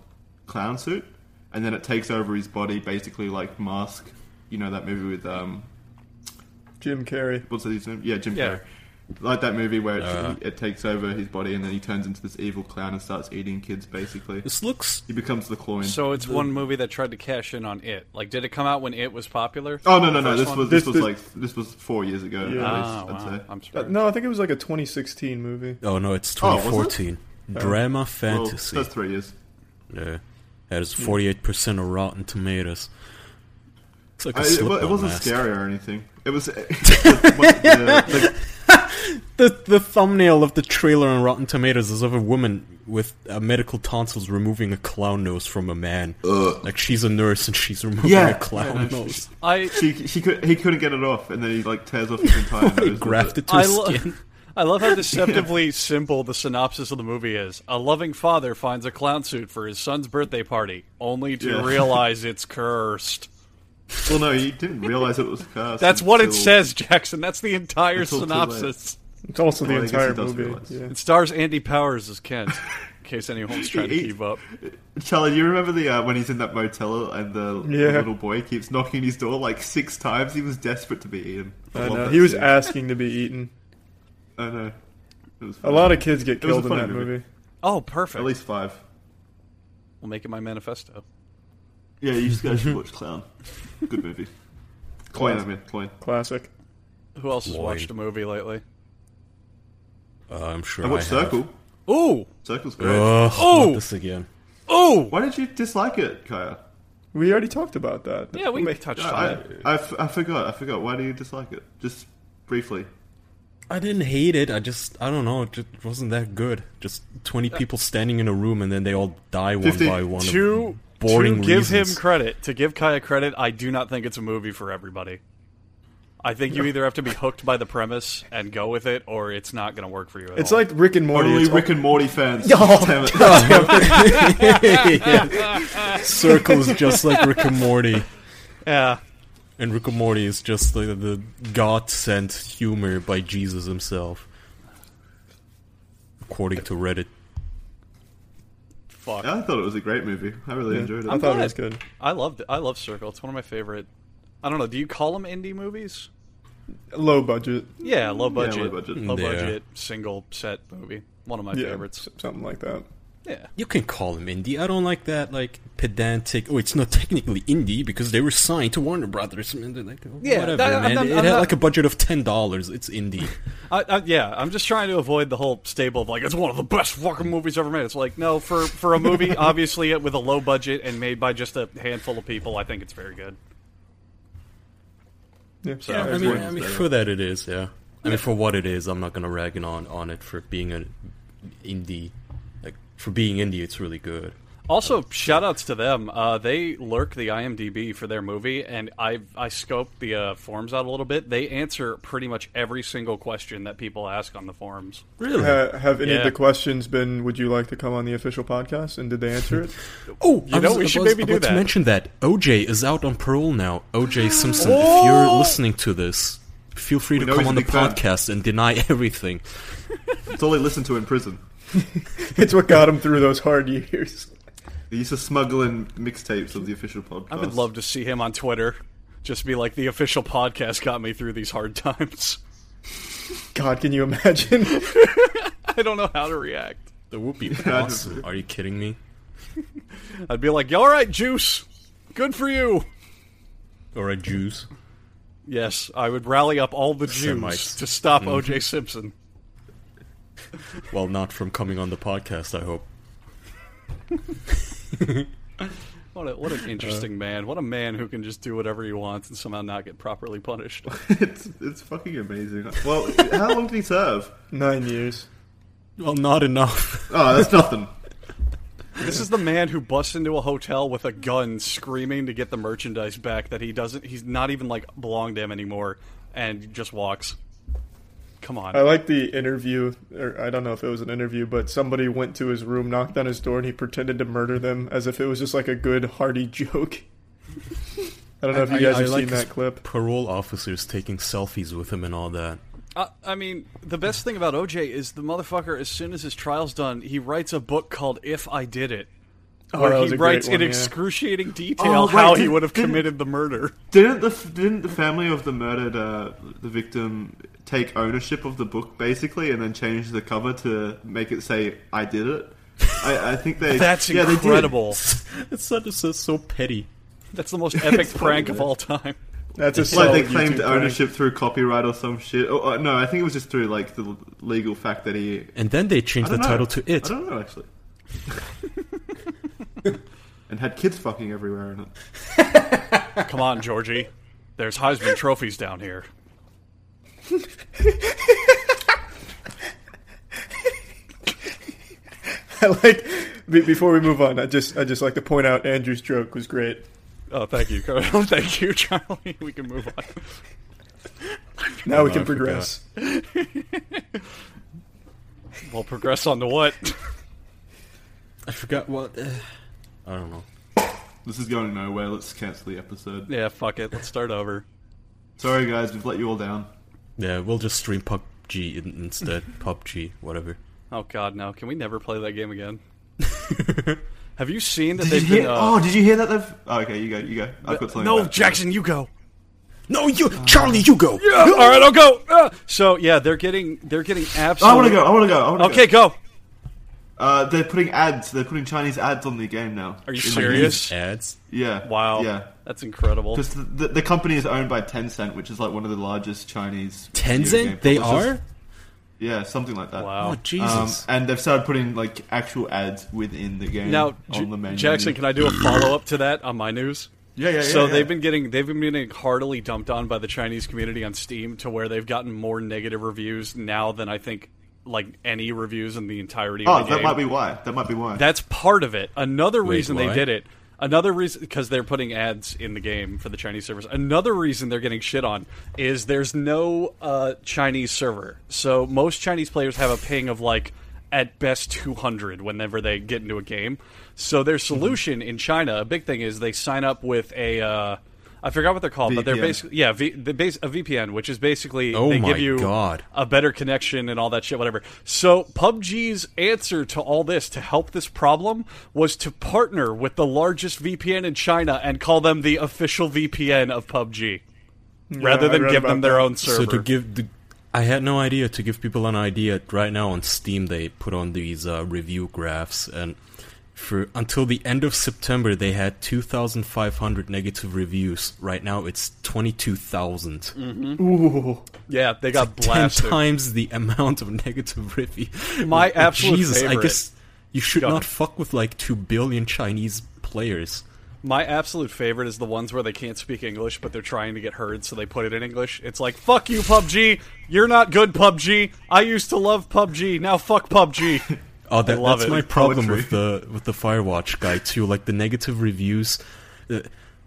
A: clown suit, and then it takes over his body, basically like Mask. You know that movie with um,
D: Jim Carrey.
A: what's his name? Yeah, Jim
C: Yeah.
A: Carrey. Like that movie where it,
B: Uh.
A: it takes over his body and then he turns into this evil clown and starts eating kids. Basically,
B: This looks.
A: he becomes the clown.
C: So it's one movie that tried to cash in on it. Like, did it come out when it was popular?
A: oh no no no!
C: First
A: This
C: one?
A: was this,
D: This-
A: was
D: this-
A: like this was four years ago.
D: Yeah.
A: At
C: Ah,
A: least,
C: wow.
A: I'd say.
C: I'm
D: Uh,
C: sorry.
D: no, I think it was like a 2016 movie.
B: Oh no, it's
A: Oh, was it?
B: 2014. Drama
A: Well,
B: fantasy.
A: that's Hmm. three years.
B: yeah, that is 48 percent of Rotten Tomatoes. It's like a
A: I, Uh, it, wa-
B: slip
A: it wasn't
B: mask.
A: scary or anything. It was. it was- the-
B: The the thumbnail of the trailer on Rotten Tomatoes is of a woman with uh, medical tonsils removing a clown nose from a man. Like she's a nurse and she's removing
A: Yeah.
B: a clown
A: Yeah, no, she-
B: nose.
C: I
A: the- she, she could, he couldn't get it off, and then he like tears off his entire nose.
B: They
A: with
B: grafted
A: it.
B: to her
C: I lo-
B: skin.
C: I love how deceptively simple the synopsis of the movie is. A loving father finds a clown suit for his son's birthday party, only to
A: Yeah.
C: realize it's cursed.
A: Well, no, he didn't realize it was cursed.
C: That's what it
A: until-
C: says, Jackson. That's the entire
A: Until too
C: synopsis.
D: It's also the
A: Well, I guess
D: entire
A: it does
D: movie.
A: realize.
D: Yeah.
C: It stars Andy Powers as Kent, in case anyone's trying to
A: He-
C: keep up.
A: Charlie, do you remember the uh, when he's in that motel and the, the
D: Yeah.
A: little boy keeps knocking his door like six times? He was desperate to be eaten.
D: I
A: love
D: know.
A: that
D: He was
A: scene.
D: asking to be eaten.
A: I know. It was
D: A lot of kids get
A: It was a
D: killed in
A: funny
D: that
A: movie.
D: movie.
C: Oh, perfect.
A: At least five.
C: We'll make it my manifesto.
A: Yeah, you just guys should watch Clown. Good movie. Coin, I mean, coin.
D: Classic.
C: Who else has
B: Lloyd.
C: watched a movie lately?
B: Uh, I'm sure
A: I
B: I,
A: watched
B: have.
A: Circle.
C: Ooh!
A: Circle's great.
B: Ugh,
C: Oh!
B: not this again.
C: Ooh!
A: Why did you dislike it, Kaya?
D: We already talked about that.
C: Yeah, we
D: Make-
C: touched on
A: I,
C: it.
A: I, I, f- I forgot. I forgot. Why do you dislike it? Just briefly.
B: I didn't hate it. I just I don't know. It just wasn't that good. Just 20 people standing in a room and then they all die one
A: 50
B: by one. of
C: To,
B: boring
C: to give
B: reasons.
C: him credit, to give Kaya credit, I do not think it's a movie for everybody. I think you either have to be hooked by the premise and go with it, or it's not going to work for you at
D: It's
C: all.
D: like Rick and Morty.
A: Only
D: It's
A: Rick and Morty fans.
D: Oh,
A: Damn it.
B: Yeah. Circles just like Rick and Morty.
C: yeah,
B: And Rick and Morty is just the, the God sent humor by Jesus himself. According to Reddit.
C: fuck.
A: I thought it was a great movie. I really enjoyed it.
D: I thought
C: glad.
D: it was good.
C: I loved it. I love Circle. It's one of my favorite. I don't know. Do you call them indie movies?
D: Low budget.
C: Yeah, low budget,
A: low budget.
C: low
B: Yeah.
C: budget single set movie. One of my
D: Yeah,
C: favorites.
D: s- something like that.
C: Yeah,
B: You can call him indie. I don't like that, like, pedantic. Oh, it's not technically indie because they were signed to Warner Brothers. And they're like, oh,
C: Yeah,
B: whatever,
C: that- I'm
B: man.
C: not-
B: it
C: I'm
B: had
C: not-
B: like a budget of $10. It's indie.
C: I, I, yeah. I'm just trying to avoid the whole stable of like it's one of the best fucking movies ever made. It's like no, for for a movie obviously with a low budget and made by just a handful of people, I think it's very good.
D: Yeah.
C: So
B: I
A: it's
B: mean,
A: worth
B: I
A: it.
B: mean, for that it is, yeah. I mean, for what it is, I'm not gonna rag it on on it for being an indie. Like for being indie, it's really good.
C: Also, shout outs to them. Uh, they lurk the IMDb for their movie, and I I scoped the uh, forms out a little bit. They answer pretty much every single question that people ask on the forums.
B: Really?
D: Ha- uh, have any of
C: Yeah.
D: the questions been? Would you like to come on the official podcast? And did they answer it?
B: oh, you I
C: know,
B: was,
C: we
B: I
C: should
B: was
C: maybe do
B: about to
C: that.
B: mention that OJ is out on parole now. OJ Simpson, if you're listening to this, feel free to
A: know
B: come
A: he's a
B: on the
A: big fan.
B: podcast and deny everything.
A: It's all they listened to in prison.
D: it's what got him through those hard years.
A: They used to smuggle in mixtapes of the official podcast.
C: I would love to see him on Twitter. Just be like, the official podcast got me through these hard times.
D: God, can you imagine?
C: I don't know how to react.
B: That would be awesome.
A: awesome.
B: Are you kidding me?
C: I'd be like, all right, Juice, good for you.
B: Or a Jews?
C: Yes, I would rally up all the Jews
B: Semites.
C: to stop O.J. Simpson.
B: Well, not from coming on the podcast, I hope.
C: What a, what an interesting man. What a man who can just do whatever he wants and somehow not get properly punished.
A: it's it's fucking amazing. Well, how long did he serve?
D: Nine years.
B: Well, not enough.
A: Oh, that's nothing.
C: this is the man who busts into a hotel with a gun, screaming to get the merchandise back that he doesn't. He's not even like belong to him anymore, and just walks. Come on.
D: I like the interview, or I don't know if it was an interview, but somebody went to his room, knocked on his door, and he pretended to murder them as if it was just like a good hearty joke. I don't know if you
B: I-
D: guys
B: I
D: have
B: like
D: seen
B: his
D: that clip.
B: Parole officers taking selfies with him and all that.
C: I, Uh, I mean, the best thing about OJ is the motherfucker. As soon as his trial's done, he writes a book called "If I Did It,"
D: Oh,
C: where
D: that was
C: he
D: a great
C: writes
D: one,
C: in
D: yeah.
C: excruciating detail
A: Oh, wait,
C: how he
A: did-
C: would have
A: didn't-
C: committed the murder.
A: Didn't the didn't the family of the murdered uh, the victim take ownership of the book basically, and then change the cover to make it say "I did it"? I, I think they.
C: That's
A: yeah, they did.
C: incredible.
B: It's such it's so, so petty.
C: That's the most epic prank of all time.
D: That's a
A: It's like they
D: solid
A: claimed
D: YouTube
A: ownership through copyright or some shit. Oh, uh, no, I think it was just through like the l- legal fact that he.
B: And then they changed
A: I
B: the
A: don't know.
B: title to
A: I
B: it.
A: don't know actually. and had kids fucking everywhere in it.
C: Come on, Georgie. There's Heisman trophies down here.
D: thing. I like. be- Before we move on, I just I just like to point out Andrew's joke was great.
C: Oh, thank you, Carl. thank you, Charlie. We can move on.
D: Now we
B: Oh,
D: can
B: I forgot.
D: progress.
C: We'll progress on to what?
B: I forgot what. Uh, I don't know.
A: This is going nowhere. Let's cancel the episode.
C: Yeah, fuck it. Let's start over.
A: Sorry guys, we've let you all down.
B: Yeah, we'll just stream PUBG in- instead. PUBG, whatever.
C: Oh God, no! Can we never play that game again? Have you seen that
A: Did
C: they've
A: you hear?
C: been? Uh,
A: oh, did you hear that? They've. Oh, okay, you go. You go. I've got something.
C: no,
A: about-
C: Jackson, you go.
B: No, you, Charlie, you go.
C: Yeah, all right, I'll go. Ah! So yeah, they're getting they're getting absolutely.
A: I want to go. I want to go. I wanna
C: Okay,
A: Go.
C: go.
A: Uh, they're putting ads. They're putting Chinese ads on the game now.
C: Are you
A: In the
C: serious?
A: news.
B: Ads.
A: Yeah.
C: Wow.
A: Yeah.
C: that's incredible.
A: Because the, the, the company is owned by Tencent, which is like one of the largest Chinese. video game
B: Tencent. They
A: publishers.
B: are.
A: Yeah, something like that.
C: Wow.
B: Oh
A: Um,
B: Jesus.
A: and they've started putting like actual ads within the game
C: Now,
A: on the main
C: Jackson, can I do a follow up to that on my news?
A: Yeah, yeah, yeah,
C: So
A: yeah.
C: they've been getting they've been getting heartily dumped on by the Chinese community on Steam to where they've gotten more negative reviews now than I think like any reviews in the entirety
A: Oh,
C: of the
A: that
C: game.
A: might be why. That might be why.
C: That's part of it. Another
B: Wait,
C: reason
B: why?
C: they did it. Another reason because they're putting ads in the game for the Chinese servers. Another reason they're getting shit on is there's no uh, Chinese server, so most Chinese players have a ping of like at best 200 whenever they get into a game. So their solution in China, a big thing is they sign up with a. Uh, I forgot what they're called, but they're
A: VPN.
C: basically yeah, v- the base a VPN, which is basically
B: Oh
C: they
B: my
C: give you
B: God.
C: a better connection and all that shit, whatever. So PUBG's answer to all this to help this problem was to partner with the largest VPN in China and call them the official VPN of PUBG, rather
D: I
C: than
D: read
C: give
D: about
C: them their
D: that.
C: own server.
B: So to give the, I had no idea. To give people an idea, right now on Steam they put on these uh, review graphs, and for until the end of September they had two thousand five hundred negative reviews. Right now it's twenty two thousand.
C: Mm.
D: Ooh,
C: yeah, they got
B: ten
C: blasted.
B: times the amount of negative review.
C: My absolute
B: Jesus, I
C: favorite.
B: guess you should
C: Go
B: not
C: ahead.
B: fuck with like two billion Chinese players.
C: My absolute favorite is the ones where they can't speak English, but they're trying to get heard, so they put it in English. It's like, fuck you, PUBG. You're not good, PUBG. I used to love PUBG. Now fuck PUBG.
B: Oh, that,
C: love
B: that's
C: it.
B: my
C: It's
B: problem
A: poetry.
B: with the with the Firewatch guy too. Like the negative reviews, uh,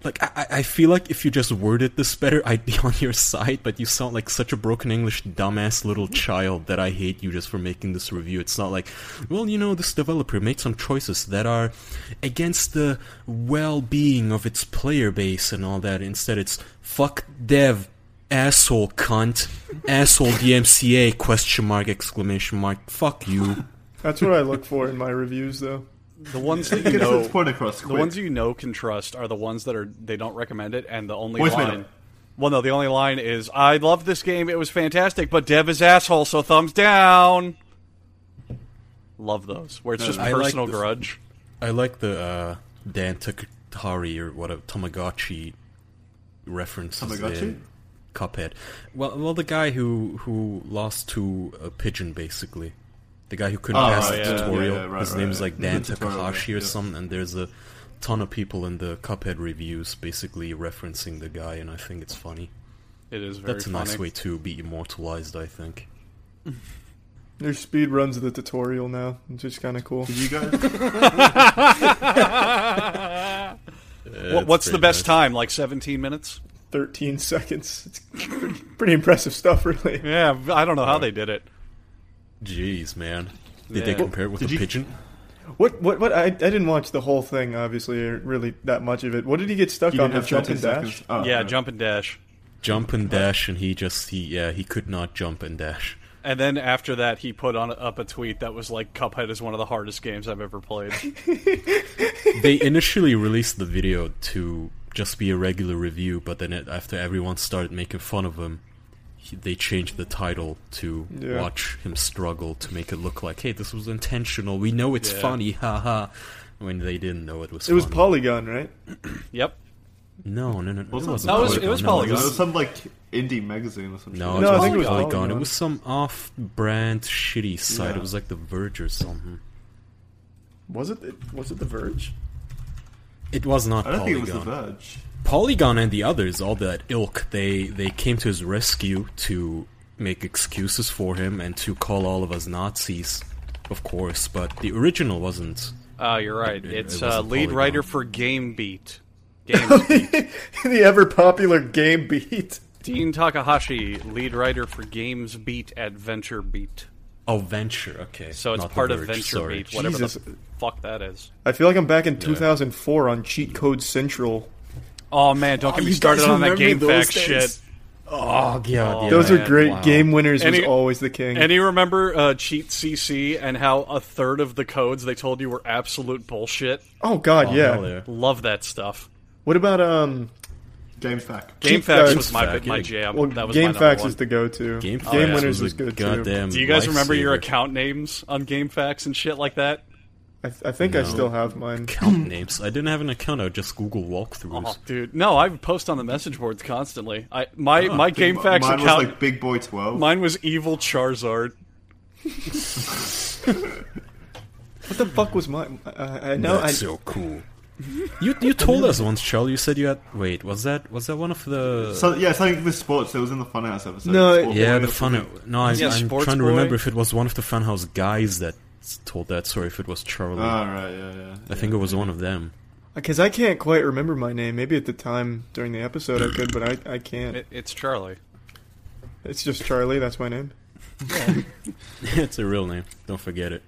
B: like I, I I feel like if you just worded this better, I'd be on your side. But you sound like such a broken English dumbass little child that I hate you just for making this review. It's not like, well, you know, this developer made some choices that are against the well-being of its player base and all that. Instead, it's fuck dev asshole cunt asshole DMCA question mark exclamation mark fuck you.
D: That's what I look for in my reviews, though.
C: The ones that you
A: Gets
C: know,
A: its point across.
C: the ones you know can trust are the ones that are they don't recommend it, and the only
A: Voicemail.
C: line. Well, no, the only line is I love this game. It was fantastic, but Dev is asshole, so thumbs down. Love those where it's just
B: I like
C: personal
B: this.
C: grudge.
B: I like the uh, Dan Takatari or whatever Tamagotchi references
A: Tamagotchi?
B: in Cuphead. Well, well, the guy who who lost to a pigeon basically, the guy who couldn't
A: Oh,
B: pass
A: right,
B: the
A: yeah,
B: tutorial.
A: yeah, yeah, right,
B: His
A: right,
B: name is
A: yeah.
B: like Dan
A: The tutorial,
B: Takahashi or
A: yeah.
B: something. And there's a ton of people in the Cuphead reviews basically referencing the guy, and I think it's funny.
C: It is very
B: That's a
C: funny.
B: nice way to be immortalized, I think.
D: There's speed runs of the tutorial now, which is kind of cool.
A: Did you guys?
B: Uh,
C: What,
B: it's
C: what's the
B: pretty
C: best
B: nice.
C: time? Like 17 minutes?
D: 13 seconds. It's pretty, pretty impressive stuff, really.
C: Yeah, I don't know how they did it.
B: Jeez, man. Did they
C: Yeah.
B: compare it with
A: Did
B: a
A: you-
B: pigeon?
D: What? What? What? I, I didn't watch the whole thing, obviously, or really that much of it. What did he get stuck
A: You
D: on?
A: didn't
D: The
A: have
D: jump
A: 13
D: and dash.
A: seconds. Oh,
C: yeah,
A: no.
C: jump and dash.
B: jump and dash and he just he yeah he could not jump and dash
C: And then after that, he put on up a tweet that was like, "Cuphead is one of the hardest games I've ever played."
B: they initially released the video to just be a regular review but then it, after everyone started making fun of him he, they changed the title to
D: Yeah.
B: watch him struggle to make it look like hey this was intentional we know it's
C: Yeah.
B: funny haha when they didn't know it was
D: It was
B: funny.
D: polygon, right?
C: yep.
B: no no no it
A: Was it
B: wasn't
A: Polygon?
C: No, it was- it was
B: no,
A: It
C: Polygon.
A: was some like indie magazine or something.
B: no,
D: No,
B: it
D: I think it
B: was
D: was
B: Polygon. It
D: Polygon.
B: was some off-brand shitty site.
A: Yeah.
B: It was like The Verge or something.
D: Was it? the- Was it The Verge?
B: It was not
A: I don't
B: Polygon.
A: think it was The Verge.
B: Polygon and the others, all that ilk, they they came to his rescue to make excuses for him and to call all of us Nazis, of course. But the original wasn't.
C: Oh, you're right.
B: It- it
C: It's
B: was
C: uh,
B: a
C: lead
B: polygon.
C: writer for Game Beat. Games Beat.
D: the ever popular game beat.
C: Dean Takahashi, lead writer for Games Beat at Venture Beat.
B: Oh, Venture. Okay,
C: So it's
B: not The
C: part of
B: Verge,
C: Venture
B: sorry.
C: Beat, whatever
D: Jesus.
C: the fuck that is.
D: I feel like I'm back in 2004 on Cheat Code Central.
C: Oh man, don't get me started on that game fact shit.
B: Oh god, yeah.
D: Those are
C: man,
D: great.
B: wow.
D: Game winners was
C: Any-
D: always the king.
C: And you remember uh, Cheat CC and how a third of the codes they told you were absolute bullshit?
D: oh God,
B: hell
D: yeah.
B: yeah.
C: Love that stuff.
D: What about um?
A: Games back.
C: Game
D: Cheat
C: Facts
D: Facts.
C: was my
B: Fact,
C: my
B: yeah.
C: jam.
D: Well,
C: that was my
D: Game
C: number
D: Facts
C: one.
D: is the
B: Game,
D: go-to. Game,
B: Facts
D: winners was,
B: a
D: good
B: goddamn
D: too.
C: Do you guys remember your
B: lifesaver.
C: account names on Game Facts and shit like that?
D: I, I think I
B: No.
D: still have mine.
B: account names? I didn't have an account. I would just Google walkthroughs.
C: Oh, dude, no, I post on the message boards constantly. I my my
A: I think
C: Game Facts
A: mine
C: account
A: was like Big Boy 12.
C: mine was evil Charizard.
D: What the fuck was mine? I, I know.
B: That's
D: I,
B: so cool. You you told us once, Charlie. You said you had. Wait, was that was that one of the?
A: So yeah, something with sports. It was in the Funhouse episode.
D: No,
A: Sport
B: Yeah,
A: Boy
B: the
A: or
B: fun.
A: something.
B: No, I,
C: Yeah,
B: I'm
C: Sports
B: trying to
C: Boy.
B: remember if it was one of the Funhouse guys that s- told that story. If it was
A: Oh,
B: Charlie,
A: right, yeah, yeah.
B: I think it was one of them.
D: Because I can't quite remember my name. Maybe at the time during the episode I could, but I, I can't.
C: It, it's Charlie.
D: It's just Charlie. That's my name.
B: it's a real name. Don't forget it.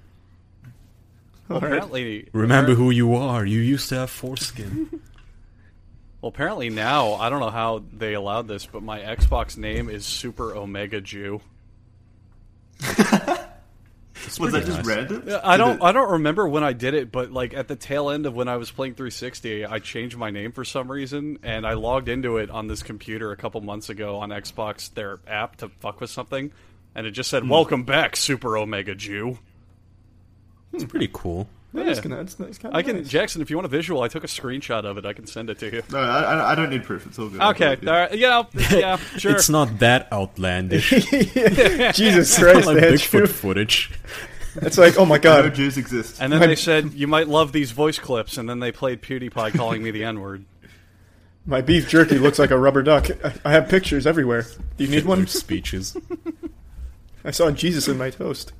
D: All right.
C: Apparently,
B: Remember who you are. You used to have foreskin.
C: Well, apparently now I don't know how they allowed this, but my Xbox name is Super Omega Jew.
B: It's
A: Was that
B: pretty
A: just
B: nice.
A: random?
C: I
A: Did
C: don't
A: it-
C: I don't remember when I did it, but like at the tail end of when I was playing 360, I changed my name for some reason, and I logged into it on this computer a couple months ago on Xbox their app to fuck with something, and it just
D: Hmm.
C: said "Welcome back, Super Omega Jew."
B: It's pretty cool.
D: That is
C: Yeah.
D: kinda- That's, that's kind of
C: I can
D: nice.
C: Jackson, if you want a visual, I took a screenshot of it. I can send it to you.
A: No, I, I- I don't need proof. It's all good.
C: Okay,
A: Yeah.
C: all right, you know, yeah, sure.
B: It's not that outlandish. It's
D: Jesus
B: not
D: Christ,
B: like
D: they had
B: Bigfoot
D: you.
B: footage.
D: It's like, oh my
A: No
D: God.
A: Jews exist.
C: And then
D: My-
C: they said, "You might love these voice clips," and then they played PewDiePie calling me the N word.
D: My beef jerky looks like a rubber duck. I, I have pictures everywhere. Do you need one?
B: Speeches.
D: I saw Jesus in my toast.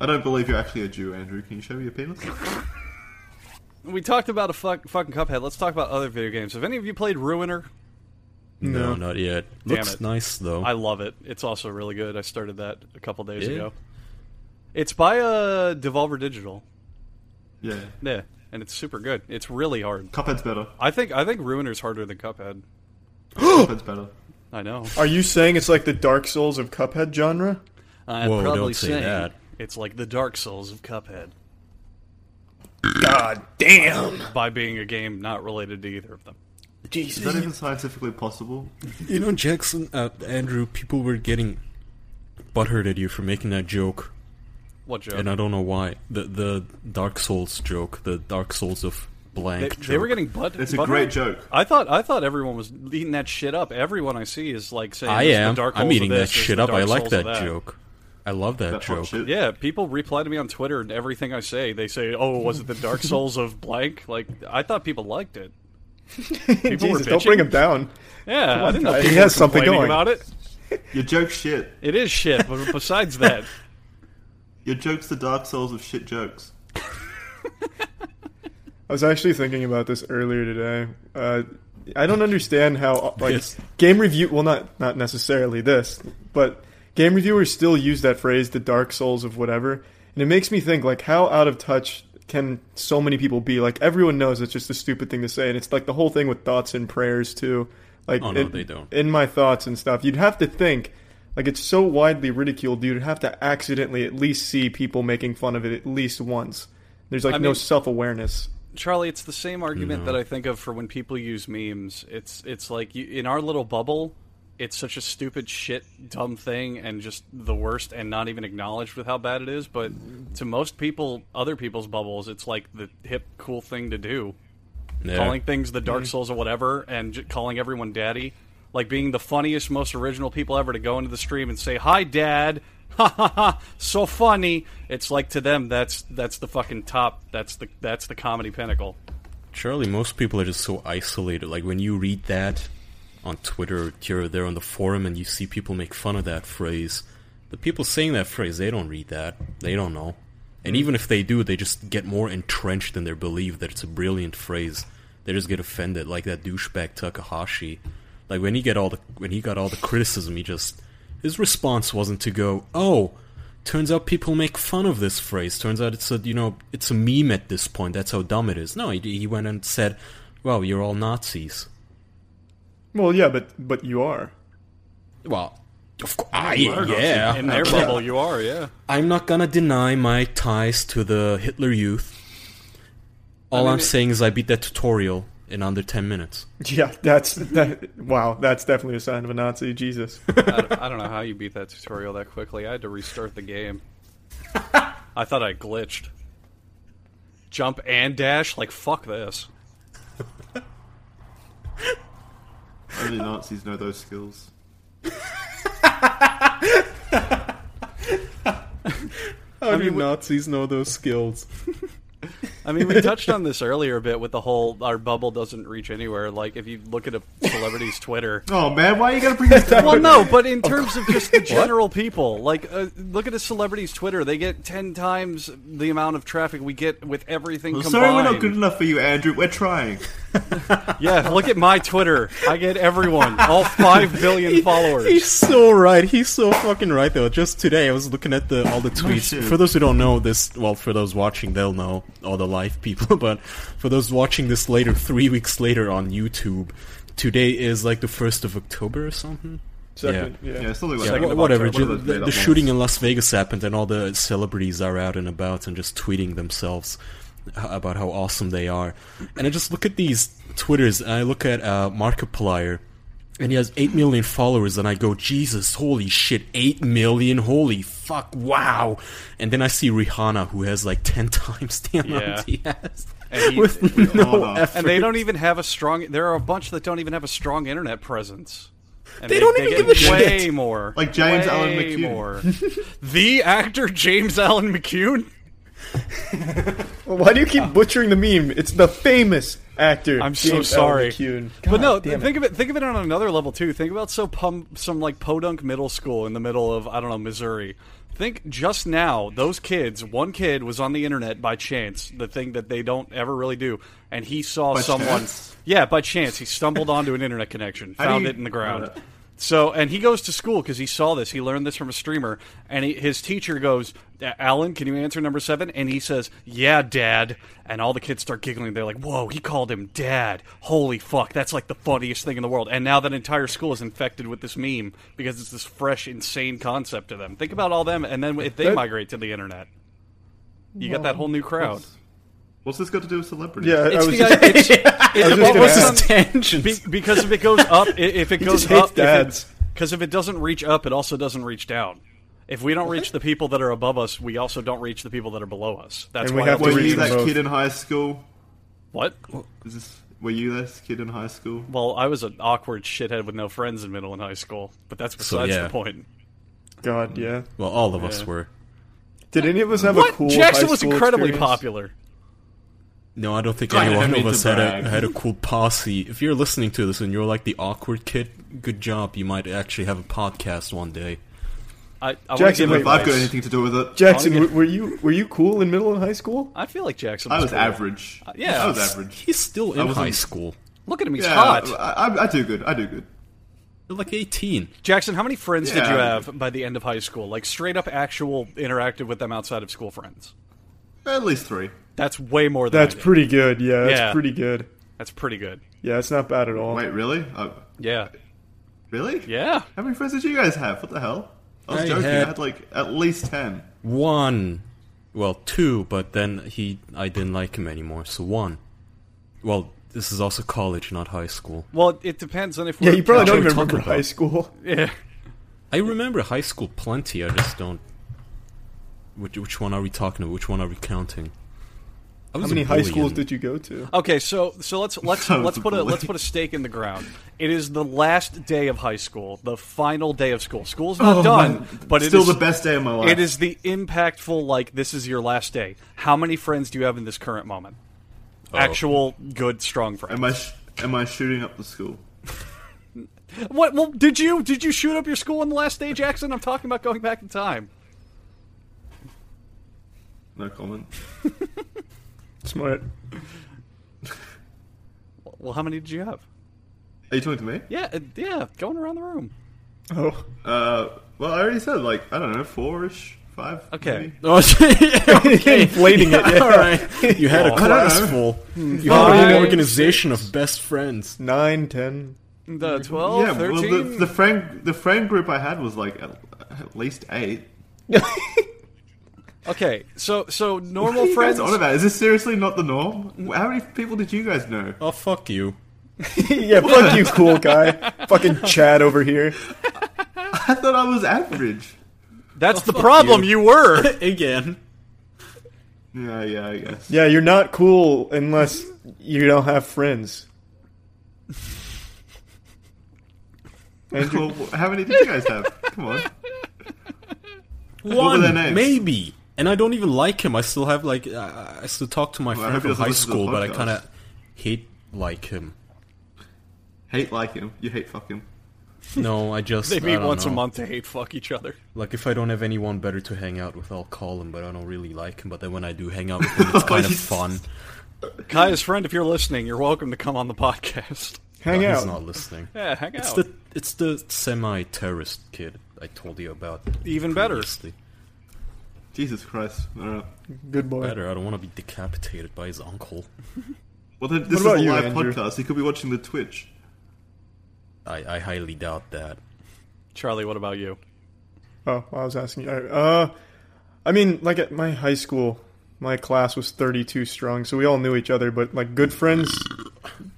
A: I don't believe you're actually a Jew, Andrew. Can you show me your penis?
C: We talked about a fuck, fucking Cuphead. Let's talk about other video games. Have any of you played Ruiner?
B: No,
D: No.
B: not yet.
C: Damn
B: Looks
C: it.
B: nice though.
C: I love it. It's also really good. I started that a couple days
B: Yeah?
C: ago. It's by uh, Devolver Digital.
A: Yeah.
C: Yeah, and it's super good. It's really hard.
A: Cuphead's better.
C: I think I think Ruiner's harder than Cuphead.
A: Cuphead's better.
C: I know.
D: Are you saying it's like the Dark Souls of Cuphead genre?
C: I'm
B: Whoa, don't
C: probably
B: say
C: saying
B: that.
C: it's like the Dark Souls of Cuphead
D: God damn.
C: by being a game not related to either of them.
A: Is that even scientifically possible?
B: You know, Jackson, uh, Andrew, people were getting butthurt at you for making that joke,
C: What joke?
B: and I don't know why. The the Dark Souls joke, the Dark Souls of
C: They,
B: blank. joke.
C: they were getting butt.
A: It's a
C: butthurt?
A: great joke.
C: I thought I thought everyone was eating that shit up. Everyone I see is like saying,
B: I
C: "This is
B: am.
C: The dark
B: I'm
C: Souls of
B: eating that
C: this, this is
B: shit
C: the
B: up. I
C: Dark
B: like
C: Souls of
B: that, joke. I love that,
A: That hot
B: joke.
A: shit.
C: Yeah, people reply to me on Twitter and everything I say. They say, "Oh, was it the Dark Souls of blank?" Like I thought people liked it. People were
D: Jesus, don't bring
C: bitching.
D: him down.
C: Yeah, I didn't know
D: guys.
C: people
D: He
C: were
D: has something
C: complaining
D: going.
C: about it.
A: Your joke's shit.
C: It is shit. But besides that,
A: Your joke's the Dark Souls of shit jokes.
D: I was actually thinking about this earlier today. Uh, I don't understand how uh, like
B: Yes.
D: game review. Well, not not necessarily this, but game reviewers still use that phrase, "the dark souls of whatever," and it makes me think like how out of touch can so many people be? Like everyone knows it's just a stupid thing to say, and it's like the whole thing with thoughts and prayers too. Like
B: Oh, no,
D: in-
B: they don't.
D: In my thoughts and stuff, you'd have to think. Like it's so widely ridiculed, you'd have to accidentally at least see people making fun of it at least once. There's like
C: I
D: no
C: mean-
D: self awareness.
C: Charlie, it's the same argument
B: No.
C: that I think of for when people use memes. It's it's like you, in our little bubble, it's such a stupid, shit, dumb thing, and just the worst, and not even acknowledged with how bad it is. But to most people, other people's bubbles, it's like the hip, cool thing to do.
B: Yeah.
C: Calling things the Dark Souls or whatever, and j- calling everyone daddy, like being the funniest, most original people ever to go into the stream and say hi, dad. Ha ha ha! So funny. It's like to them that's that's the fucking top. That's the that's the comedy pinnacle.
B: Charlie, most people are just so isolated. Like when you read that on Twitter, you're there on the forum, and you see people make fun of that phrase. The people saying that phrase, they don't read that. They don't know. And even if they do, they just get more entrenched in their belief that it's a brilliant phrase. They just get offended, like that douchebag Takahashi. Like when he get all the when he got all the criticism, he just his response wasn't to go, "Oh, turns out people make fun of this phrase. Turns out it's a you know it's a meme at this point. That's how dumb it is." No, he, he went and said, "Well, you're all Nazis."
D: Well, yeah, but but you are.
B: Well, of course, I
A: are Nazis.
B: yeah.
C: In their bubble, you are, yeah.
B: I'm not gonna deny my ties to the Hitler Youth. All I
C: mean,
B: am
C: it-
B: saying is I beat that tutorial in under ten minutes.
D: Yeah, that's that. wow, that's definitely a sign of a Nazi. Jesus.
C: I, I don't know how you beat that tutorial that quickly. I had to restart the game. I thought I glitched. Jump and dash? Like, fuck this.
A: Only Nazis know those skills.
D: How do Nazis know those skills?
C: I mean, we touched on this earlier a bit with the whole our bubble doesn't reach anywhere. Like, if you look at a celebrity's Twitter.
A: Oh man, why are you gonna bring this up?
C: Well, no, but in terms of just the general people, like, uh, look at a celebrity's Twitter. They get 10 times the amount of traffic we get with everything combined.
A: Sorry, we're not good enough for you, Andrew. We're trying.
C: Yeah, look at my Twitter. I get everyone, all 5 billion followers.
B: He's so right. He's so fucking right though. Just today I was looking at the all the tweets.
A: shit.
B: for those who don't know this, well, for those watching, they'll know all the live people. But for those watching this later, three weeks later on YouTube, today is like the first of October or something.
D: Second, yeah.
A: Yeah, something like
B: Yeah,
A: that.
B: wha- whatever.
A: One of
B: ju-
A: those
B: the
A: made-up
B: the
A: ones.
B: shooting in Las Vegas happened, and all the celebrities are out and about and just tweeting themselves h- about how awesome they are. And I just look at these Twitters, and I look at uh, Markiplier, and he has 8 million followers, and I go, Jesus, holy shit, 8 million, holy fuck, wow. And then I see Rihanna, who has like 10 times the amount he has.
C: And he-
B: with no
A: Rihanna.
B: effort.
C: and they don't even have a strong. There are a bunch that don't even have a strong internet presence. And
B: They don't even give
C: get
B: a
C: way
B: shit.
C: more.
A: Like James
C: way
A: Allen McCune.
C: More. the actor James Allen McCune.
D: Well, why do you keep butchering the meme? It's the famous actor.
C: Ah. I'm so
D: James
C: sorry.
D: Allen McCune.
C: but
D: God
C: no,
D: damn
C: think of it. Think of it on another level too. Think about so pum, some like podunk middle school in the middle of I don't know Missouri. Think just now, those kids, one kid was on the internet by chance, the thing that they don't ever really do, and he saw
A: By
C: someone.
A: chance?
C: Yeah, by chance. He stumbled onto an internet connection,
A: do
C: found
A: you-
C: it in the ground.
A: Uh,
C: So, and he goes to school because he saw this. He learned this from a streamer, and he, his teacher goes, "Alan, can you answer number seven? And he says, "Yeah, Dad." And all the kids start giggling. They're like, "Whoa, he called him Dad! Holy fuck, that's like the funniest thing in the world!" And now that entire school is infected with this meme because it's this fresh, insane concept to them. Think about all them, and then if they
D: That-
C: migrate to the internet, you got that whole new crowd.
A: What's this got to do with celebrities?
D: Yeah, I
C: It's
D: was
C: the,
D: just,
C: it's, it's,
D: just gonna
C: what was
D: ask.
C: on-
B: tangent?
C: be, because if it goes up, i- if it goes
D: just hates
C: up,
D: dads.
C: because if, it doesn't reach up, it also doesn't reach down. If we don't reach the people that are above us, we also don't reach the people that are below us. That's
D: And
C: why
D: we have to
A: Were
C: that's-
D: reach
A: you
D: them
A: that
D: both.
A: kid in high school?
C: what?
A: Is this, were you this kid in high school?
C: Well, I was an awkward shithead with no friends in middle and high school, but that's
B: So,
C: besides
B: yeah.
C: the point.
D: God, yeah.
B: Well, all of us were.
D: Did any of us have a
C: What?
D: cool?
C: Jackson
D: high
C: was
D: school
C: incredibly
D: experience?
C: popular.
B: No, I don't think
A: God, I
B: any
A: don't
B: one
A: mean
B: of
A: to
B: us had a
A: brag.
B: had a cool posse. If you're listening to this and you're like the awkward kid, good job. You might actually have a podcast one day.
C: I, I wanna
D: Jackson,
C: give
D: wait,
A: If I've
C: advice.
A: got anything to do with it,
D: Jackson,
C: I'll
D: w-
C: get-
D: were you were you cool in middle and high school?
C: I feel like Jackson.
A: I was
C: cool.
A: average.
B: Uh,
C: yeah.
A: I was average.
B: He's still in
A: was
B: high
A: in-
B: school,
C: Look at him; he's
A: yeah,
C: hot.
A: I, I, I do good. I do good.
B: You're like 18.
C: Jackson, how many friends did
A: Yeah.
C: you have by the end of high school? Like straight up, actual interacted with them outside of school friends.
A: At least three.
C: That's way more than
D: That's
C: I did.
D: pretty good. Yeah, that's
C: Yeah.
D: pretty good.
C: That's pretty good.
D: Yeah, it's not bad at all.
A: Wait, really? Uh,
C: Yeah.
A: really?
C: Yeah.
A: How many friends did you guys have? What the hell? I was
B: I
A: joking. I
B: had-
A: had like at least ten.
B: One, well, two, but then he, I didn't like him anymore. So one. Well, this is also college, not high school.
C: Well, it depends on if
D: yeah,
C: we're
D: you probably
B: What
D: don't
B: are we
D: even remember
B: talking about?
D: high school.
C: Yeah.
B: I remember high school plenty. I just don't. Which, which one are we talking about? Which one are we counting? I
D: How
B: was
D: many
B: a
D: high schools
B: bully
D: did you go to?
C: Okay, so so let's let's
A: That was
C: let's
A: a
C: put a
A: bully.
C: let's put a stake in the ground. It is the last day of high school, the final day of school. School's not done, but it
A: Oh, still
C: is
A: the best day of my life.
C: It is the impactful. Like this is your last day. How many friends do you have in this current moment? Oh. Actual good strong friends.
A: Am I sh- am I shooting up the school?
C: What? Well, did you did you shoot up your school on the last day, Jackson? I'm talking about going back in time.
A: No comment.
D: Smart.
C: Well, how many did you have?
A: Are you talking to me?
C: Yeah, uh, yeah, going around the room.
D: Oh,
A: Uh, well, I already said like I don't know, four-ish, five.
C: Okay.
A: maybe?
B: Oh, okay.
D: Inflating it, yeah.
B: All right. You had a
A: I don't
B: class
A: know.
B: full. You had an
C: Five,
B: organization of best friends.
D: nine, ten.
C: The 12,
A: yeah,
C: 13.
A: well, the, the friend the friend group I had was like at, at least eight.
C: okay, so so
A: What
C: normal
A: are you
C: friends.
A: guys on about? Is this seriously not the norm? How many people did you guys know?
B: Oh, fuck you.
D: yeah, fuck you, cool guy. Fucking Chad over here.
A: I thought I was average.
C: That's the problem. You, were.
B: Again.
A: Yeah, yeah, I guess.
D: Yeah, you're not cool unless you don't have friends.
A: Well, how many did you guys have? Come on. were
B: One,
A: their names?
B: maybe. And I don't even like him. I still have, like, I I still talk to my
A: I
B: friend
A: hope he
B: from
A: doesn't
B: high
A: listen to the
B: school, but I
A: podcast.
B: kind of hate like him.
A: Hate like him. You hate fuck him.
B: No, I just.
C: They
B: I
C: meet
B: don't
C: once a
B: know.
C: month to hate fuck each other.
B: Like, if I don't have anyone better to hang out with, I'll call him, but I don't really like him. But then when I do hang out with him, it's kind of
A: Oh, He's-
B: fun.
C: Kaya's friend, if you're listening, you're welcome to come on the podcast.
D: Hang
B: He's
D: out.
B: not listening.
C: Yeah, hang
B: It's
C: out.
B: the it's the semi terrorist kid I told you about.
C: Even better.
B: previously.
A: Jesus Christ. All right.
D: Good boy.
B: Better. I don't want to be decapitated by his uncle.
A: Well, then, this is a
D: about you,
A: live
D: Andrew?
A: podcast. He could be watching the Twitch.
B: I, I highly doubt that.
C: Charlie, what about you?
D: Oh, I was asking you. Uh, I mean, like at my high school, my class was 32 strong, so we all knew each other. But like good friends,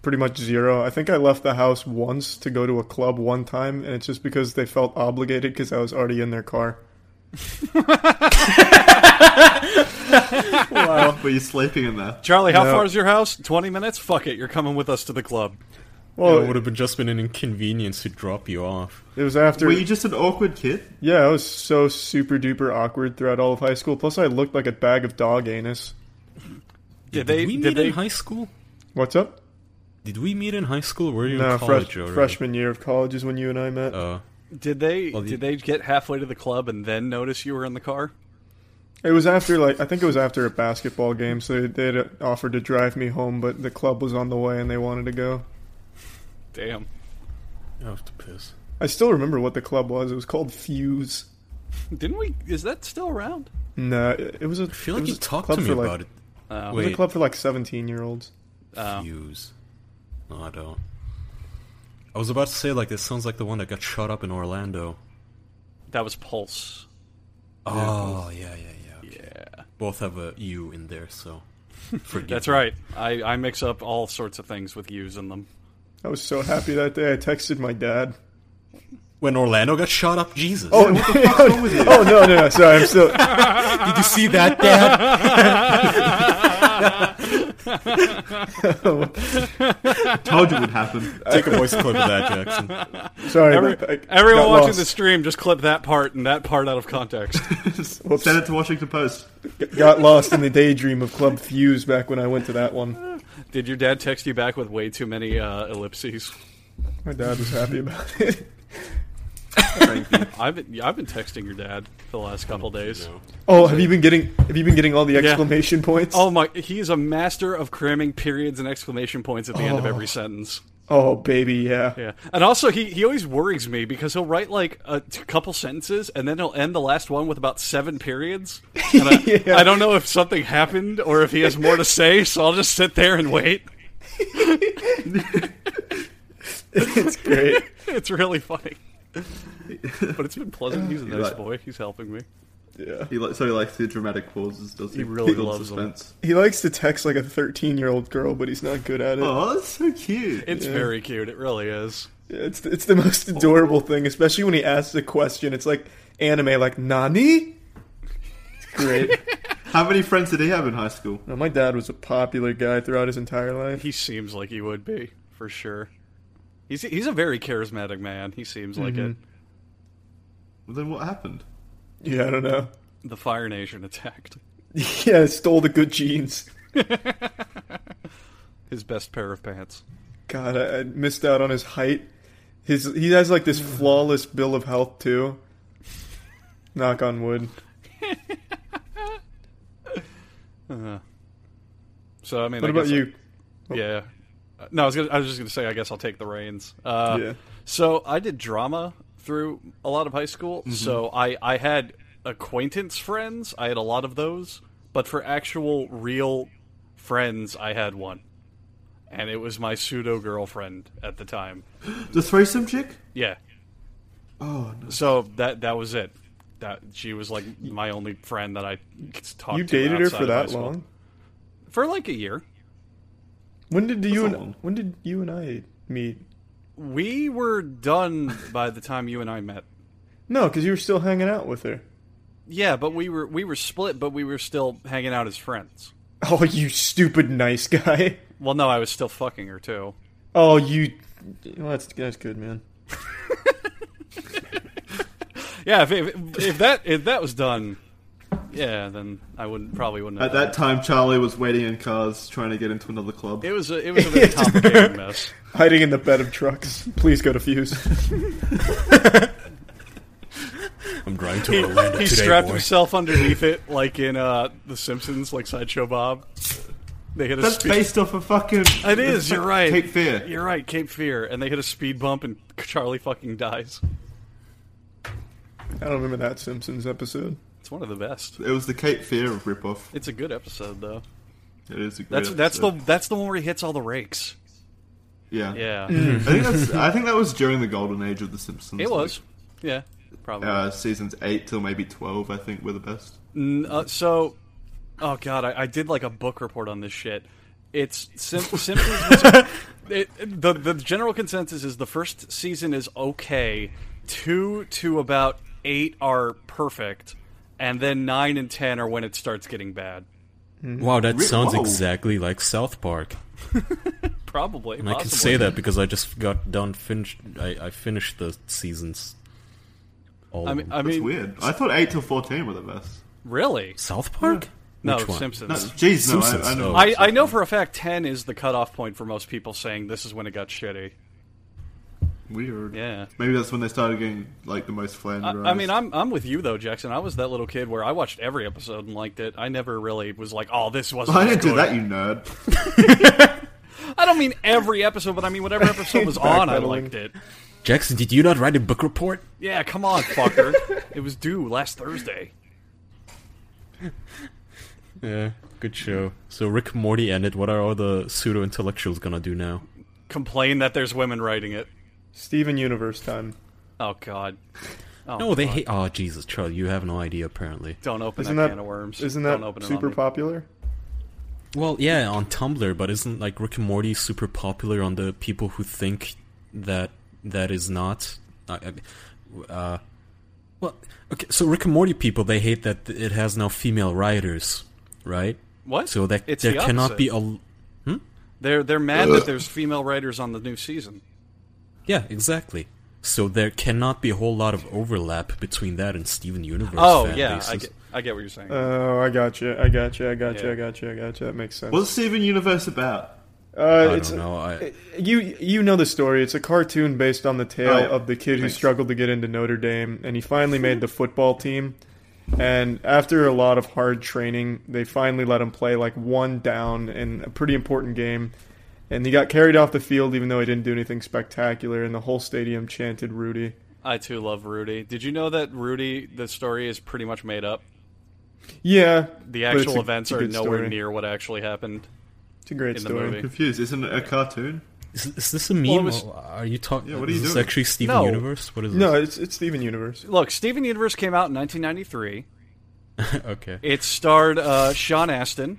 D: pretty much zero. I think I left the house once to go to a club one time, and it's just because they felt obligated because I was already in their car.
A: Were you sleeping in there?
C: Charlie, how
D: No.
C: far is your house? 20 minutes? Fuck it, you're coming with us to the club.
D: Well,
B: it would have been just been an inconvenience to drop you off.
D: it was after.
A: Were you just an awkward kid?
D: yeah, I was so super duper awkward throughout all of high school. Plus, I looked like a bag of dog anus.
C: Did they?
B: we
C: Did
B: meet
C: they?
B: in high school?
D: What's up?
B: Did we meet in high school? Were you in
D: No,
B: college
D: fresh,
B: already?
D: freshman year of college is when you and I met.
B: Uh,
C: Did they
B: Well, the-
C: did they get halfway to the club and then notice you were in the car?
D: It was after like I think it was after a basketball game, so they would offered to drive me home, but the club was on the way and they wanted to go.
C: Damn.
B: I have to piss.
D: I still remember what the club was. It was called Fuse.
C: Didn't we? Is that still around?
D: No, it, it was a.
B: I feel
D: it
B: like
D: was
B: you
D: a
B: talked
D: club
B: to me
D: for, like-
B: about it.
C: Uh,
D: It was
B: Wait.
D: a club for like seventeen year olds.
C: uh,
B: Fuse. No, I don't. I was about to say like this sounds like the one that got shot up in Orlando.
C: that was Pulse.
B: Oh yeah, yeah, yeah. okay.
C: Yeah,
B: Both have a U in there, so forgive.
C: that's
B: me.
C: right. I, I mix up all sorts of things with U's in them.
D: I was so happy that day. I texted my dad.
B: When Orlando got shot up, Jesus.
D: Oh, oh no, no, no! Sorry, I'm still.
B: did you see that, Dad?
A: Told you it would happen.
B: Take a voice clip of that, Jackson.
D: Sorry,
C: Every-
D: but I
C: everyone
D: got
C: watching
D: lost.
C: the stream, just clip that part and that part out of context.
D: Whoops.
A: Send it to Washington Post.
D: got lost in the daydream of Club Fuse back when I went to that one.
C: Did your dad text you back with way too many uh, ellipses?
D: My dad was happy about it.
C: I've been, I've been texting your dad for the last couple days.
B: No.
D: Oh, have you been getting? Have you been getting all the exclamation points?
C: Oh my! He is a master of cramming periods and exclamation points at the end of every sentence.
D: Oh, baby, yeah.
C: Yeah, and also he he always worries me because he'll write like a t- couple sentences and then he'll end the last one with about seven periods. And I,
D: Yeah.
C: I don't know if something happened or if he has more to say, so I'll just sit there and wait.
D: it's great.
C: It's really funny. But it's been pleasant. He's a
A: You're
C: nice
A: right.
C: boy. He's helping me.
D: Yeah.
A: He li- so he likes the dramatic pauses, does he?
C: He really
A: Builds
C: loves them.
A: suspense.
D: He likes to text like a 13 year old girl, but he's not good at it.
A: Oh, that's so cute.
C: It's
D: Yeah.
C: very cute. It really is.
D: Yeah, It's it's the most adorable thing, especially when he asks a question. It's like anime, like Nani. It's great.
A: How many friends did he have in high school?
D: Now, my dad was a popular guy throughout his entire life.
C: He seems like he would be for sure. He's he's a very charismatic man. He seems like
D: Mm-hmm.
C: it.
A: Well, then what happened?
D: Yeah, I don't know.
C: The Fire Nation attacked
D: Yeah, stole the good genes.
C: his best pair of pants.
D: God, I, I missed out on his height. His he has like this
C: Mm.
D: flawless bill of health too. Knock on wood.
C: Uh, so I mean,
D: What
C: I
D: about
C: guess-
D: you?
C: Yeah. Uh, No, I was gonna, I was just gonna say. I guess I'll take the reins. Uh,
D: Yeah.
C: So I did drama through a lot of high school.
D: Mm-hmm.
C: So I I had acquaintance friends. I had a lot of those, but for actual real friends, I had one, and it was my pseudo girlfriend at the time.
A: The threesome chick?
C: Yeah.
A: Oh, no.
C: So that that was it. That she was like my only friend that I talked.
D: You
C: to
D: dated her
C: outside
D: for
C: of high
D: that
C: school.
D: long?
C: For like a year.
D: When did you
A: That's not
D: and
A: long.
D: when did you and I meet?
C: We were done by the time you and I met.
D: No, because you were still hanging out with her.
C: Yeah, but we were we were split, but we were still hanging out as friends.
D: Oh, you stupid nice guy.
C: Well, no, I was still fucking her too.
D: Oh, you. Well, that's that's good, man.
C: Yeah, if if, if that if that was done, yeah, then I wouldn't probably wouldn't.
A: At
C: Have
A: that time, Charlie was waiting in cars trying to get into another club.
C: it was a, it was a very complicated mess.
D: Hiding in the bed of trucks. Please go to Fuse.
B: I'm driving to
C: He,
B: Orlando
C: he
B: today,
C: strapped
B: boy.
C: himself underneath it, like in uh, The Simpsons, like Sideshow Bob. They hit a
A: That's
C: speed.
A: based off a fucking.
C: it is. You're right.
A: Cape Fear.
C: You're right. Cape Fear, and they hit a speed bump, and Charlie fucking dies.
D: I don't remember that Simpsons episode.
C: It's one of the best.
A: It was the Cape Fear ripoff.
C: It's a good episode though.
A: It is a good
C: That's that's the
A: episode.
C: that's the one where he hits all the rakes.
A: yeah.
C: Yeah,
A: I think that's. I think that was during the golden age of The Simpsons.
C: it was. Yeah, probably.
A: Like, uh, seasons eight till maybe twelve, I think, were the best.
C: N- uh, so, oh god, I, I did like a book report on this shit. It's Sim- Simpsons. Was, it, the the general consensus is the first season is okay. Two to about eight are perfect, and then nine and ten are when it starts getting bad.
B: Wow, that
A: Re-
B: sounds
A: whoa.
B: exactly like South Park.
C: Probably.
B: And I can say that because I just got done finished. I, I finished the seasons. All
C: I
B: of
C: mean,
B: them.
C: I
A: It's
C: mean,
A: weird. I thought eight till fourteen were the best.
C: really?
B: South Park?
C: No,
B: Which one?
A: No,
C: Simpsons.
A: jeez, no.
B: Simpsons,
A: I, I know.
B: oh.
C: I, I know for a fact ten is the cutoff point for most people saying this is when it got shitty.
A: Weird.
C: Yeah.
A: Maybe that's when they started getting like the most flanderized.
C: I, I mean, I'm I'm with you though, Jackson. I was that little kid where I watched every episode and liked it. I never really was like, "Oh, this wasn't."
A: I didn't
C: as good.
A: do that, you nerd.
C: I don't mean every episode, but I mean whatever episode was on, I
D: Backpedaling.
C: liked it.
B: Jackson, did you not write a book report?
C: Yeah, come on, fucker. it was due last Thursday.
B: Yeah, good show. So Rick and Morty ended. What are all the pseudo intellectuals gonna do now?
C: Complain that there's women writing it.
D: Steven Universe time.
C: Oh God. Oh,
B: No, they
C: fuck.
B: hate. Oh, Jesus, Charlie, you have no idea apparently.
C: Don't open
D: Isn't
C: that,
D: that-
C: can of worms.
D: Isn't
C: Don't
D: that
C: open it on
D: super
C: me.
D: popular?
B: Well, yeah, on Tumblr, but isn't like Rick and Morty super popular on the people who think that that is not? I, I, uh, well, okay, so Rick and Morty people they hate that it has now female writers, right?
C: What?
B: So that
C: it's
B: there
C: the
B: cannot
C: opposite.
B: be a
C: They're they're mad that there's female writers on the new season.
B: yeah, exactly. So there cannot be a whole lot of overlap between that and Steven Universe.
C: Oh
B: fan
C: yeah, I
B: bases.
C: get, I get what you're saying.
D: Oh, I gotcha. I gotcha. I gotcha.
C: Yeah.
D: I gotcha. I gotcha. That makes sense.
A: What's Steven Universe about?
D: Uh,
B: I
D: it's,
B: don't know. I,
D: You you know the story. It's a cartoon based on the tale
A: Oh, yeah.
D: of the kid who
A: Thanks.
D: struggled to get into Notre Dame, and he finally made the football team. And after a lot of hard training, they finally let him play like one down in a pretty important game. And he got carried off the field, even though he didn't do anything spectacular. And the whole stadium chanted Rudy.
C: I too love Rudy. Did you know that Rudy? The story is pretty much made up.
D: Yeah,
C: The
D: but it's
C: actual
D: a-
C: events
D: it's a
C: are
D: good
C: nowhere
D: story.
C: near what actually happened.
D: It's a great
C: in the
D: story.
C: movie.
A: Confused. Isn't it a cartoon?
B: is, is this a meme?
C: it was-
B: or are you talking?
A: Yeah, what are you
B: is this
A: doing?
B: actually Steven
C: No.
B: Universe? What is
D: No,
B: this?
D: it's it's Steven Universe.
C: Look, Steven Universe came out in 1993.
B: okay.
C: It starred uh, Sean Astin,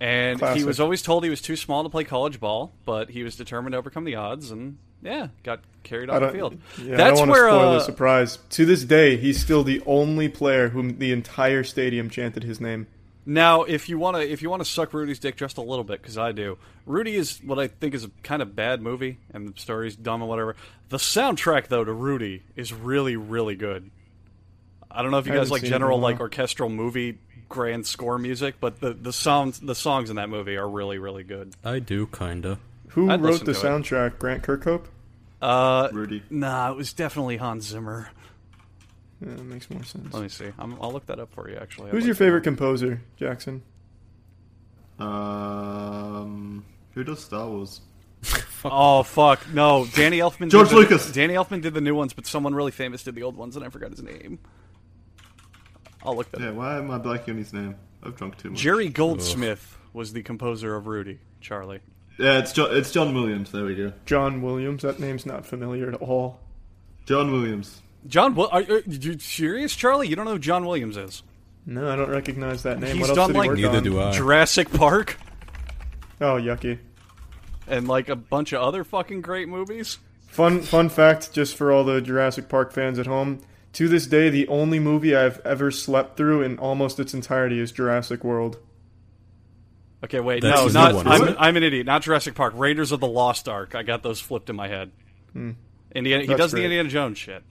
C: and he
D: Classic.
C: was always told he was too small to play college ball, but he was determined to overcome the odds, and yeah, got carried
D: I
C: off the
D: don't,
C: field.
D: yeah,
C: That's
D: I don't want
C: where
D: to spoil
C: uh,
D: the surprise. To this day, he's still the only player whom the entire stadium chanted his name.
C: Now, if you want to, if you want to suck Rudy's dick just a little bit, because I do. Rudy is what I think is a kind of bad movie, and the story's dumb and whatever. The soundtrack, though, to Rudy is really, really good. I don't know if you
D: I
C: guys
D: haven't
C: like
D: seen it in
C: general
D: a
C: like
D: while.
C: orchestral movie grand score music, but the the sounds, the songs in that movie are really, really good.
B: I do kinda.
D: Who
C: I'd
D: wrote
C: listen
D: the
C: to it.
D: soundtrack? Grant Kirkhope.
C: Uh,
A: Rudy.
C: nah, it was definitely Hans Zimmer.
D: Yeah, that makes more sense.
C: Let me see. I'm, I'll look that up for you. Actually, I'd
D: Who's
C: like
D: your
C: to
D: favorite
C: know.
D: composer, Jackson?
A: Um, who does Star Wars?
C: Oh fuck! No, Danny Elfman.
A: George
C: did the-
A: Lucas.
C: Danny Elfman did the new ones, but someone really famous did the old ones, and I forgot his name. I'll look that.
A: Yeah,
C: up.
A: why am I blanking on his name? I've drunk too much.
C: Jerry Goldsmith was the composer of Rudy. Charlie.
A: yeah, it's John, it's John Williams. There we go.
D: John Williams. That name's not familiar at all.
A: John Williams.
C: John, Wi- are, are you serious, Charlie? You don't know who John Williams is?
D: No, I don't recognize that name.
C: He's
D: what else
C: done,
D: did he
C: like,
D: work
B: Neither
D: on?
B: do I.
C: Jurassic Park
D: Oh, yucky.
C: and like a bunch of other fucking great movies.
D: Fun fun fact, just for all the Jurassic Park fans at home. To this day, the only movie I've ever slept through in almost its entirety is Jurassic World.
C: Okay, wait,
B: That's
C: no,
B: his
C: not.
B: new one,
C: I'm,
B: isn't it?
C: I'm an idiot. Not Jurassic Park. Raiders of the Lost Ark. I got those flipped in my head. Indiana. He
D: That's
C: does the
D: great.
C: Indiana Jones shit.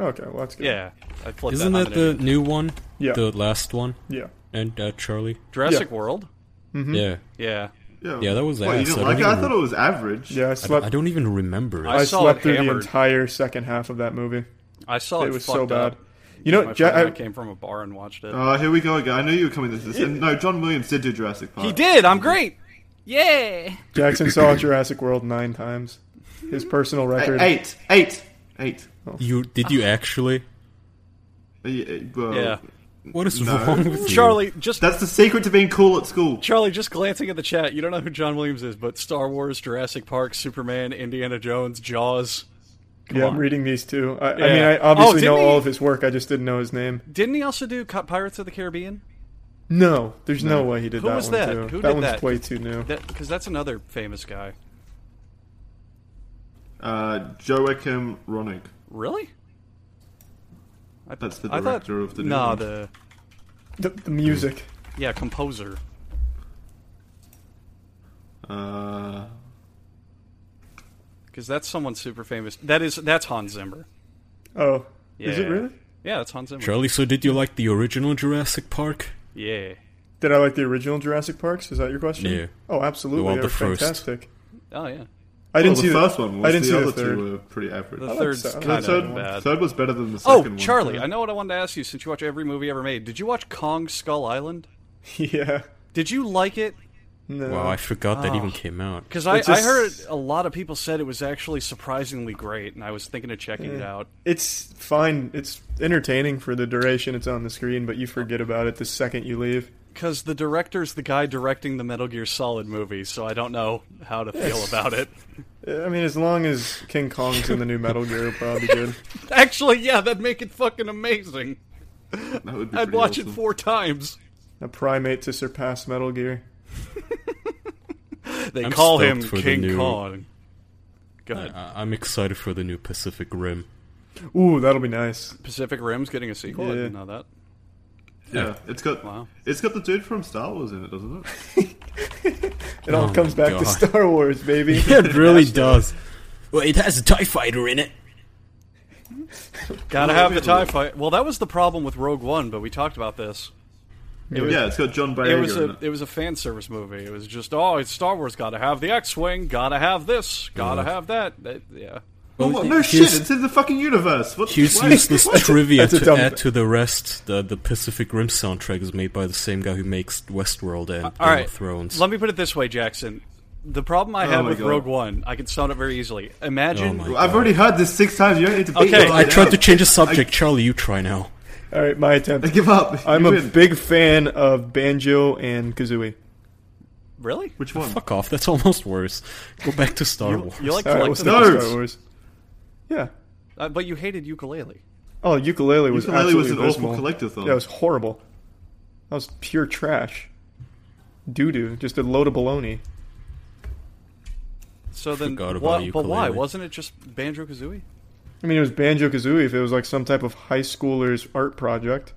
D: Okay, well that's good.
C: Yeah, I flipped
B: Isn't
C: that.
B: that
C: I'm an
B: the
C: idiot.
B: new one?
D: Yeah.
B: The last one?
D: yeah.
B: And uh, Charlie?
C: Jurassic World?
B: Yeah.
C: Yeah.
A: Yeah,
B: Yeah, that was
A: What, you
B: ass.
A: didn't
B: I
A: like it?
B: don't
A: I
B: even-
A: thought it was average.
D: Yeah,
B: I
D: I
B: don't,
D: slept
B: I don't even remember it.
C: I
D: I
C: saw
D: slept
C: it
D: through the
C: hammered.
D: entire second half of that movie.
C: I saw it.
D: it was
C: fucked
D: so bad.
C: Up.
D: You know,
C: My
D: Ja-
C: friend and
D: I- Uh,
C: I came from a bar and watched it.
A: Oh, here we go again. I knew you were coming to this. And no, John Williams did do Jurassic Park.
C: he did. I'm great. Yeah.
D: Jackson saw Jurassic World nine times. His personal
A: Eight,
D: record.
A: eight, eight, eight.
B: You did you actually?
A: Uh, yeah, well,
C: Yeah.
B: What is
A: No.
B: wrong with you,
C: Charlie, just
A: That's the secret to being cool at school.
C: Charlie, just glancing at the chat, you don't know who John Williams is, but Star Wars, Jurassic Park, Superman, Indiana Jones, Jaws.
D: yeah,
C: on.
D: I'm reading these too. I,
C: Yeah.
D: I mean, I
C: Oh,
D: obviously know
C: didn't he-
D: all of his work. I just didn't know his name.
C: Didn't he also do Co- Pirates of the Caribbean?
D: No, there's no, way he did
C: Who
D: that
C: was
D: one
C: that?
D: too.
C: Who
D: that
C: did
D: one's
C: that?
D: way too new.
C: Because that's another famous guy.
A: Uh, Joachim Ronig.
C: Really? I,
A: That's the
C: I thought-
A: director of the new
C: No,
A: one.
C: the
D: The, the music.
C: yeah composer.
A: Uh,
C: Because that's someone super famous. That is that's Hans Zimmer.
D: Oh,
C: Yeah.
D: is it really?
C: Yeah, that's Hans Zimmer.
B: Charlie, so did you like the original Jurassic Park?
C: Yeah.
D: Did I like the original Jurassic Parks? Is that your question?
B: Yeah.
D: Oh, absolutely.
B: The one-
D: they
B: the
D: were
B: first.
D: fantastic.
C: Oh yeah.
D: I didn't
A: well,
D: see
A: the first one. Was
D: I didn't
A: the
D: see
A: other
D: the third.
A: two were pretty average.
C: The
D: like
C: third's
D: that.
A: The
C: kind
A: third,
C: of bad.
A: third was better than the
C: oh,
A: second one.
C: Charlie, I know what I wanted to ask you since you watch every movie ever made. Did you watch Kong Skull Island?
D: Yeah.
C: Did you like it?
D: No.
B: Wow, I forgot that
C: Oh.
B: even came out.
C: Because I,
D: It's
C: I
D: just-
C: heard a lot of people said it was actually surprisingly great, and I was thinking of checking it out.
D: It's fine. It's entertaining for the duration it's on the screen, but you forget about it the second you leave.
C: Because the director's the guy directing the Metal Gear Solid movies, so I don't know how to feel about it.
D: I mean, as long as King Kong's in the new Metal Gear, it'll probably be good.
C: Actually, yeah, that'd make it fucking amazing.
A: That would be
C: I'd
A: pretty
C: watch it
A: awesome.
C: four times.
D: A primate to surpass Metal Gear.
C: They
B: I'm
C: call
B: stoked
C: him
B: for the
C: King
B: new-
C: Kong. Go ahead.
B: I, I'm excited for the new Pacific Rim.
D: Ooh, that'll be nice.
C: Pacific Rim's getting a sequel. I
D: Yeah.
C: didn't know that.
A: Yeah, it's got
C: Wow.
A: it's got the dude from Star Wars in it, doesn't it?
D: It all
B: Oh
D: comes
B: my
D: back to
B: God.
D: Star Wars, baby.
B: it really does. Well, it has a Tie Fighter in it.
C: Gotta
A: Well,
C: have the
A: maybe
C: Tie
A: it'll-
C: Fight. Well, that was the problem with Rogue One, but we talked about this. It was,
A: yeah, it's got John Boyega
C: it was
A: in
C: a
A: it.
C: it was a fan service movie. It was just oh, it's Star Wars. Gotta have the X Wing. Gotta have this. Gotta
B: Yeah.
C: have that. That- yeah.
A: Oh,
B: Well,
A: what? No shit!
B: here's-
A: It's in the fucking universe. What?
B: Here's
A: why-
B: useless
A: why-
B: trivia
D: that's a
B: to
D: dumb-
B: add to the rest. The, the Pacific Rim soundtrack is made by the same guy who makes Westworld and Game
C: All right.
B: of Thrones.
C: Let me put it this way, Jackson. The problem I
A: Oh
C: had
A: my
C: with
A: God.
C: Rogue One, I can sound it very easily. Imagine
B: Oh my
A: I've already heard this six times. You don't need to beat
C: Okay,
A: me.
B: I tried to change the subject. Charlie, you try now.
D: all right, my
A: I
D: attempt.
A: give up.
D: I'm
A: You
D: a
A: win.
D: big fan of Banjo and Kazooie.
C: really.
A: Which one?
B: Fuck off. That's almost worse. Go back to Star
C: You,
B: Wars.
C: you like
D: All right,
C: collecting,
D: we'll stick with
A: Nerds!
D: Star Wars. Yeah.
C: uh, but you hated ukulele.
D: Oh, ukulele was
A: Ukulele was an
D: absolutely
A: awful
D: abysmal.
A: collectathon.
D: That was horrible. That was pure trash. Doo doo, just a load of baloney.
C: So then,
B: Forgot about
C: why, but why
B: ukulele.
C: wasn't it just Banjo Kazooie?
D: I mean, it was Banjo Kazooie if it was like some type of high schooler's art project.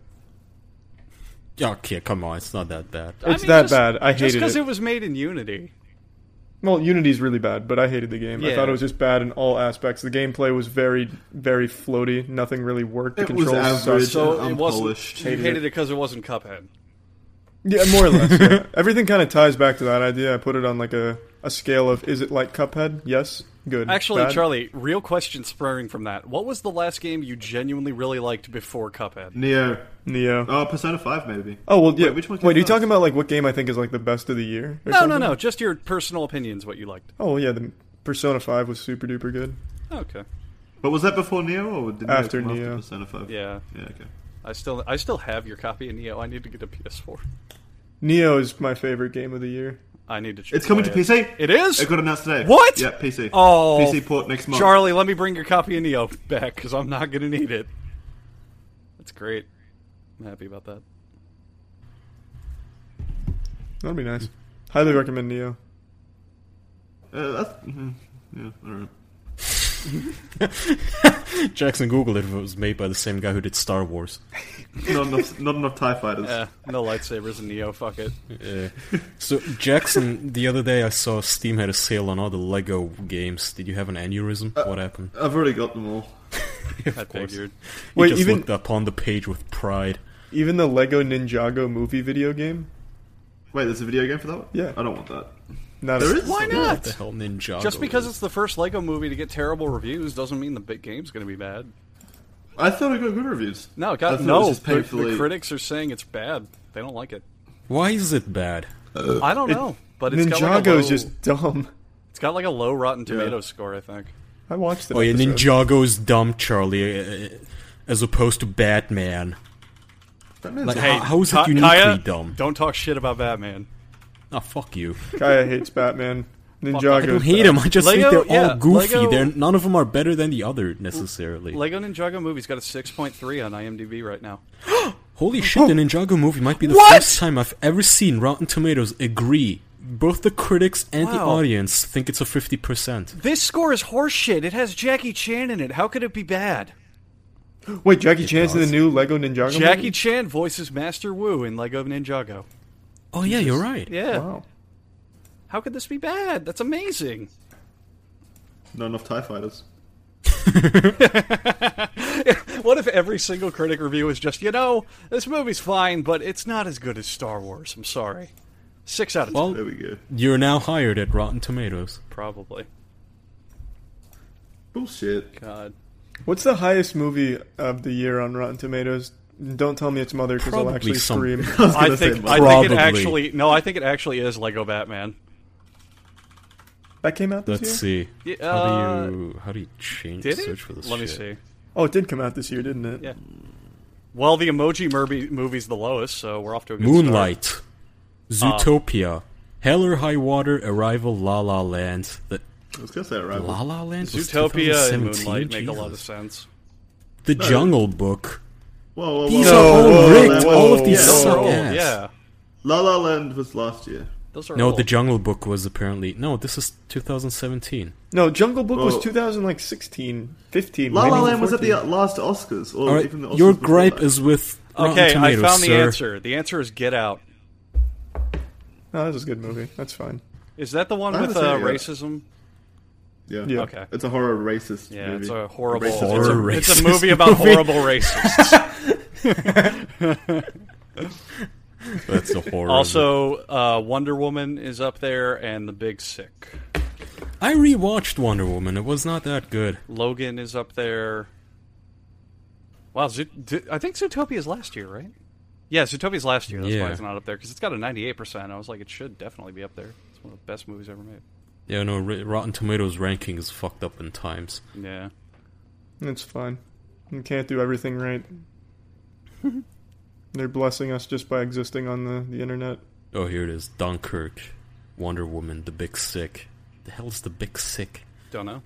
B: Yeah, okay, come on. It's not that bad.
C: I
D: It's
C: mean,
D: that
C: just-
D: bad. I
C: Just
D: hated
C: because
D: it.
C: it. was made in Unity.
D: Well, Unity's really bad, but I hated the game. I
C: Yeah.
D: thought it was just bad in all aspects. The gameplay was very, very floaty. Nothing really worked. The
A: It was
D: controls
A: average.
D: sucked.
C: So
A: Yeah,
C: it wasn't.
A: unpolished.
C: You
A: Hated
C: hated it because it wasn't Cuphead.
D: Yeah, more or less. yeah. Everything kind of ties back to that idea. I put it on like a, a scale of is it like Cuphead? Yes, good.
C: Actually,
D: Bad?
C: Charlie, real question spurring from that. What was the last game you genuinely really liked before Cuphead?
A: Neo.
D: Neo.
A: Oh, Persona Five maybe.
D: Oh well, yeah.
A: Wait, which one came
D: Wait, are you
A: first?
D: talking about like what game I think is like the best of the year?
C: No,
D: or
C: no,
D: something?
C: no. Just your personal opinions, what you liked.
D: Oh well, yeah, the Persona Five was super duper good.
C: Okay.
A: But was that before Neo or did Neo
D: After
A: come
D: Neo.
A: After Persona Five.
C: Yeah.
A: Yeah. Okay.
C: I still I still have your copy of Neo. I need to get a PS4.
D: Neo is my favorite game of the year.
C: I need to.
A: It's coming to
C: play
A: PC.
C: Oh, It is.
A: It got announced today.
C: What?
A: Yeah, PC.
C: Oh,
A: PC port next month.
C: Charlie, let me bring your copy of Neo back because I'm not gonna need it. That's great. I'm happy about that.
D: That'd be nice. Highly recommend Neo.
A: Uh, that's, mhm. yeah. All right.
B: Jackson Google it if it was made by the same guy who did Star Wars.
A: Not enough. not enough Tie Fighters.
C: Eh, no lightsabers in Neo. Fuck it.
B: Yeah. Uh, So Jackson, the other day I saw Steam had a sale on all the Lego games. Did you have an aneurysm? what happened?
A: I've already got them all.
B: Of
C: I
B: course.
C: figured.
B: He
D: Wait,
B: just
D: even-
B: looked up on the page with pride.
D: Even the Lego Ninjago movie video game.
A: Wait, there's a video game for that one.
D: Yeah.
A: I don't want that.
D: Not
A: There
D: a,
A: is.
C: Why
B: What the
C: not?
B: hell, Ninjago?
C: Just because it's the first Lego movie to get terrible reviews doesn't mean the big game's going to be bad.
A: I thought it got good reviews.
C: No,
A: I
C: God,
A: thought it was
C: no.
A: just
C: The, the
A: painfully-
C: critics are saying it's bad. They don't like it.
B: Why is it bad?
C: I don't know, but it's got like a
D: Uh, Ninjago
C: low,
D: is just dumb.
C: it's got like a low Rotten
A: Yeah.
C: Tomatoes score. I think.
D: I watched that.
B: Oh yeah,
D: episode.
B: Ninjago's dumb, Charlie, uh, as opposed to Batman.
A: That means
B: Like,
A: it.
B: how, how is
C: Ka-
B: it uniquely
C: Kaya,
B: dumb?
C: Don't talk shit about Batman.
B: Ah, fuck you.
D: Kaya hates Batman. Ninjago.
B: I don't hate them. I just
C: Lego-
B: think they're all
C: yeah,
B: goofy.
C: Lego-
B: They're none of them are better than the other necessarily.
C: Lego Ninjago movie's got a 6.3 on IMDb right now.
B: Holy shit! The Ninjago movie might be the
C: Oh. What?
B: first time I've ever seen Rotten Tomatoes agree. Both the critics and the
C: Wow.
B: audience think it's a fifty percent.
C: This score is horseshit. It has Jackie Chan in it. How could it be bad?
D: Wait, Jackie Chan's in the
B: does.
D: new Lego Ninjago.
C: Jackie
D: movie?
C: Chan voices Master Wu in Lego Ninjago.
B: Oh yeah, you're right.
C: Yeah.
D: Wow.
C: How could this be bad? That's amazing.
A: Not enough Tie Fighters.
C: What if every single critic review is just, you know, this movie's fine, but it's not as good as Star Wars. I'm sorry. Six out of ten,
B: Well,
A: There we go.
B: you're now hired at Rotten Tomatoes.
C: probably.
A: Bullshit.
C: God.
D: What's the highest movie of the year on Rotten Tomatoes? Don't tell me it's Mother because I'll
B: Probably
D: actually
B: some-
D: scream.
A: was
C: I
A: gonna say
C: think
A: Mother.
C: I think
B: Probably.
C: it actually no, I think it actually is Lego Batman.
D: that came out this
B: Let's
D: year.
B: see.
C: Yeah,
B: how
C: uh,
B: do you how do you change
C: Did
B: search
C: it?
B: for this?
C: Let me
B: shit?
C: see.
D: Oh, it did come out this year, didn't it?
C: Yeah. Well, the Emoji Murby movie's the lowest, so we're off to a good Ah.
B: Moonlight, Zootopia, Hell or High Water, Arrival, La La Land. The
A: I was gonna say right.
B: La La Land. was
C: start. Zootopia
B: 2017?
C: and Moonlight make a lot of
B: Jesus.
C: sense.
B: The Jungle Book.
A: Whoa, whoa, whoa!
B: These
A: whoa,
B: are all
A: whoa, whoa,
B: rigged.
A: whoa,
B: All of
A: whoa,
B: these
A: whoa.
C: Those are
B: suck
C: old,
B: ass.
C: Oh, yeah.
A: La La Land was last year.
C: Those are
B: No,
C: old.
A: Oh.
B: the Jungle Book was apparently no. This is 2017.
D: No, Jungle Book was
A: Well-
D: 2016, 15.
A: La
D: maybe
A: La Land was at the
D: 14.
A: uh, last Oscars, or
B: All right,
A: even the Oscars
B: your
A: before
B: gripe
A: that.
B: is with Rotten
C: Okay, I
B: Tomatoes,
C: found the
B: sir.
C: answer. The answer is Get Out.
A: uh,
D: No, that was a good movie. That's fine.
C: Is that the one
A: I
C: with
A: haven't
C: uh,
A: seen it yet.
C: racism?
A: yeah.
D: Yeah.
C: Okay.
A: It's a horror racist.
C: Yeah,
A: movie.
C: it's a horrible.
A: Racist
C: it's, a,
B: Horror
C: it's
B: racist
C: a movie about
B: movie.
C: horrible racists.
B: That's a horror.
C: also, uh, Wonder Woman is up there, and The Big Sick.
B: I rewatched Wonder Woman. It was not that good.
C: Logan is up there. Wow, Zo- d- I think Zootopia's last year, right? Yeah, Zootopia's last year. That's
B: Yeah.
C: why it's not up there because it's got a 98%. I was like, it should definitely be up there. It's one of the best movies ever made.
B: Yeah, no. R- Rotten Tomatoes ranking is fucked up in times.
C: Yeah.
D: It's fine. You can't do everything right. They're blessing us just by existing on the, the internet.
B: Oh, here it is: Dunkirk, Wonder Woman, The Big Sick. The hell's The Big Sick?
C: Don't know.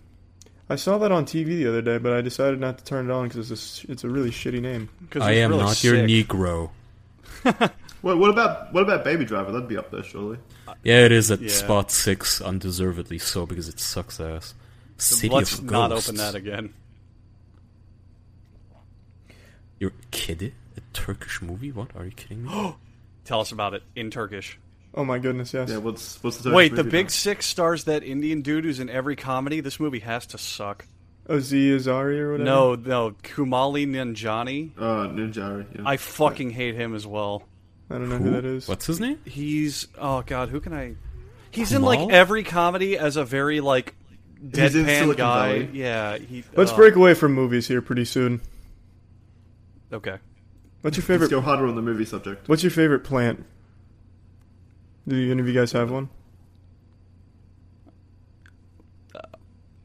D: I saw that on TV the other day, but I decided not to turn it on because it's a, it's a really shitty name.
C: Because
B: I am not your Negro.
A: Wait, what about what about Baby Driver? That'd be up there surely.
B: Yeah, it is at
C: Yeah.
B: spot six, undeservedly so, because it sucks ass. City
C: Let's
B: of
C: not
B: Ghosts.
C: open that again.
B: You're kidding? A Turkish movie? What? Are you kidding me?
C: Tell us about it in Turkish.
D: Oh my goodness, yes.
A: Yeah, what's what's the
C: Wait,
A: Turkish
C: The
A: movie
C: Big
A: now?
C: Six stars that Indian dude who's in every comedy. This movie has to suck.
D: Ozzy Azari or whatever?
C: No, no, Kumali Nanjani.
A: Uh, Ninjari. Yeah.
C: I fucking hate him as well.
D: I don't know
B: Who?
D: who that is.
B: What's his name?
C: He's oh god, who can I? He's in
B: Kumal?
C: like every comedy as a very like
A: in
C: deadpan
A: Silicon
C: guy.
A: Valley.
C: Yeah. He,
D: Let's
C: uh,
D: break away from movies here pretty soon.
C: Okay.
D: What's your
A: Let's
D: favorite
A: go harder on the movie subject.
D: What's your favorite plant? Do any of you guys have one?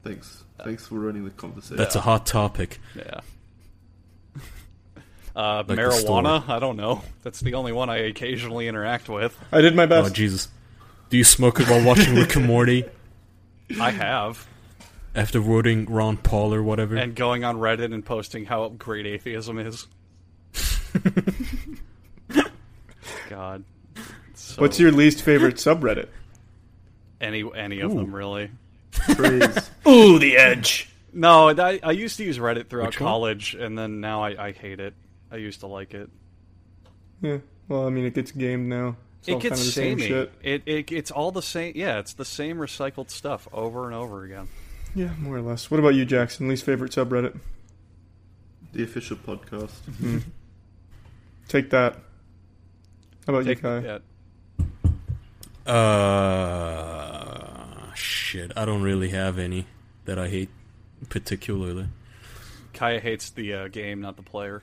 A: Thanks. Thanks for ruining the conversation.
B: That's a hot topic.
C: Yeah. Uh,
B: the
C: marijuana? I don't know. That's the only one I occasionally interact with.
D: I did my
B: Oh,
D: best.
B: Jesus. Do you smoke it while watching Rick and Morty?
C: I have.
B: After voting Ron Paul or whatever?
C: And going on Reddit and posting how great atheism is. God. So
D: What's your least favorite subreddit?
C: any any of them really?
A: Trees.
D: Ooh, the edge.
C: No, I, I used to use Reddit throughout
B: Which one?
C: college, and then now I, I hate it. I used to like it.
D: Yeah. Well, I mean, it gets gamed now. It's all
C: it gets
D: kind of the same
C: samey.
D: shit.
C: It, it it's all the same. Yeah, it's the same recycled stuff over and over again.
D: Yeah, more or less. What about you, Jackson? Least favorite subreddit?
A: the official podcast.
D: Take that. How about
C: Take-
D: you, Kai?
C: yeah.
B: Uh. Shit. I don't really have any that I hate particularly.
C: Kaya hates the uh, game, not the player.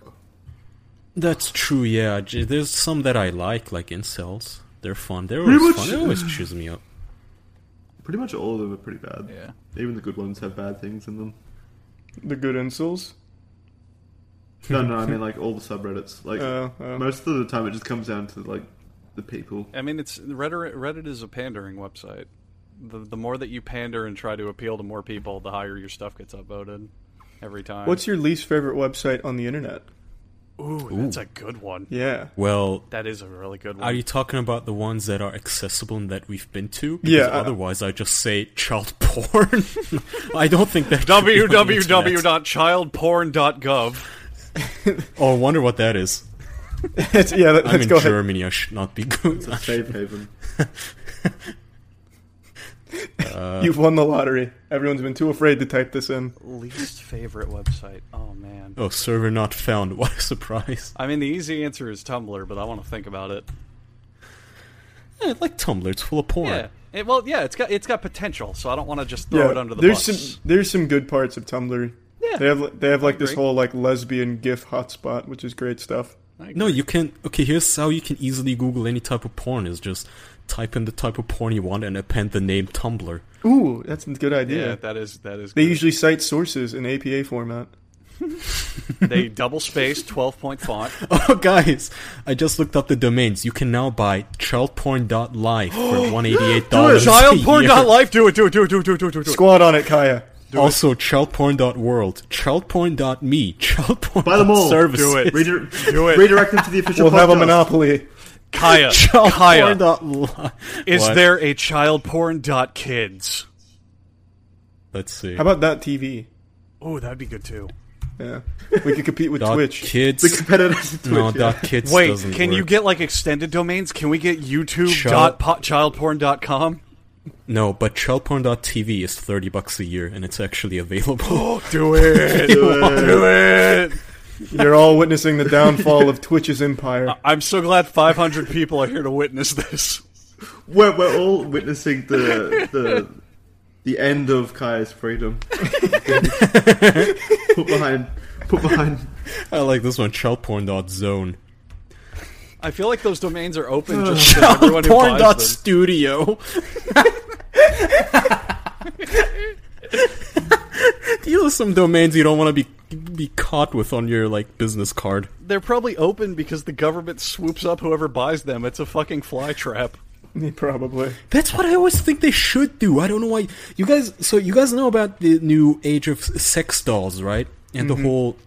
B: That's true, yeah. J- There's some that I like, like incels. They're fun. They're
A: Pretty
B: always
A: much-
B: fun. They always cheers me up.
A: Pretty much all of them are pretty bad. Even the good ones have bad things in them.
D: The good insoles.
A: No, no, I mean like all the subreddits. Like
D: Oh, oh.
A: most of the time, it just comes down to like the people.
C: I mean, it's Reddit. Reddit is a pandering website. The the more that you pander and try to appeal to more people, the higher your stuff gets upvoted every time.
D: What's your least favorite website on the internet?
C: Ooh, that's a good one.
D: Yeah.
B: Well,
C: That is a really good
B: are
C: one.
B: you talking about the ones that are accessible and that we've been to? Because
D: Yeah, I-
B: Otherwise, I just say child porn. I don't think that. should be on the internet.
C: www.childporn.gov.
B: Oh, I wonder what that is.
D: It's- yeah, let,
B: I'm
D: let's
B: in
D: go ahead.
B: Germany. I should not be good.
A: Safe haven.
D: You've won the lottery. Everyone's been too afraid to type this in.
C: Least favorite website. Oh man.
B: Oh, server not found. What a surprise.
C: I mean, the easy answer is Tumblr, but I want to think about it.
B: Yeah, I like Tumblr. It's full of porn.
C: Yeah, It, well, yeah, it's got it's got potential, so I don't want to just throw
D: yeah,
C: it under the
D: there's
C: bus.
D: some there's some good parts of Tumblr.
C: Yeah.
D: They have they have like this
C: agree.
D: whole like lesbian GIF hotspot, which is great stuff.
B: No, you can. Okay, here's how you can easily Google any type of porn: is just type in the type of porn you want and append the name Tumblr.
D: Ooh, that's a good
C: yeah,
D: idea.
C: that is that is.
D: they
C: good.
D: usually cite sources in APA format.
C: they double space twelve point font.
B: Oh, guys, I just looked up the domains. You can now buy childporn.live for one eighty-eight
C: Oh,
B: dollars.
C: Childporn.life. Do it. Do it. Do it. Do it. Do it. Do it. Do it.
D: Squad on it, Kaya.
B: Also, childporn.world, childporn.me, childporn.
A: Buy them all.
B: Service.
C: Do it.
A: Reder-
C: Do it.
A: Redirect them to the official
D: We'll have a
A: podcast.
D: monopoly.
C: Kaya. Kaya.
B: Childporn.live.
C: Is
B: What?
C: there a childporn.kids?
B: Let's see.
D: How about that TV?
C: Oh, that'd be good too.
D: Yeah, we could compete with
B: dot
D: Twitch.
B: kids?
A: The competitors of Twitch.
B: no,
A: yeah.
B: dot kids.
C: Wait,
B: doesn't
C: can you
B: work.
C: get like extended domains? Can we get YouTube
B: Child-
C: dot po- childporn.com?
B: No, but childporn.tv is thirty bucks a year, and it's actually available.
C: Do it.
A: Do it.
C: Do it.
D: You're all witnessing the downfall of Twitch's empire.
C: I'm so glad 500 people are here to witness this.
A: We're, we're all witnessing the the the end of Kaya's freedom. put behind, put behind.
B: I like this one. Childporn.zone.
C: I feel like those domains are open just to everyone who
B: Porn dot
C: buys them.
B: studio. These are some domains you don't want to be be caught with on your like business card.
C: They're probably open because the government swoops up whoever buys them. It's a fucking fly trap.
B: Uh.
D: Yeah, Probably.
B: That's what I always think they should do. I don't know why you guys. So you guys know about the new age of sex dolls, right? And the whole.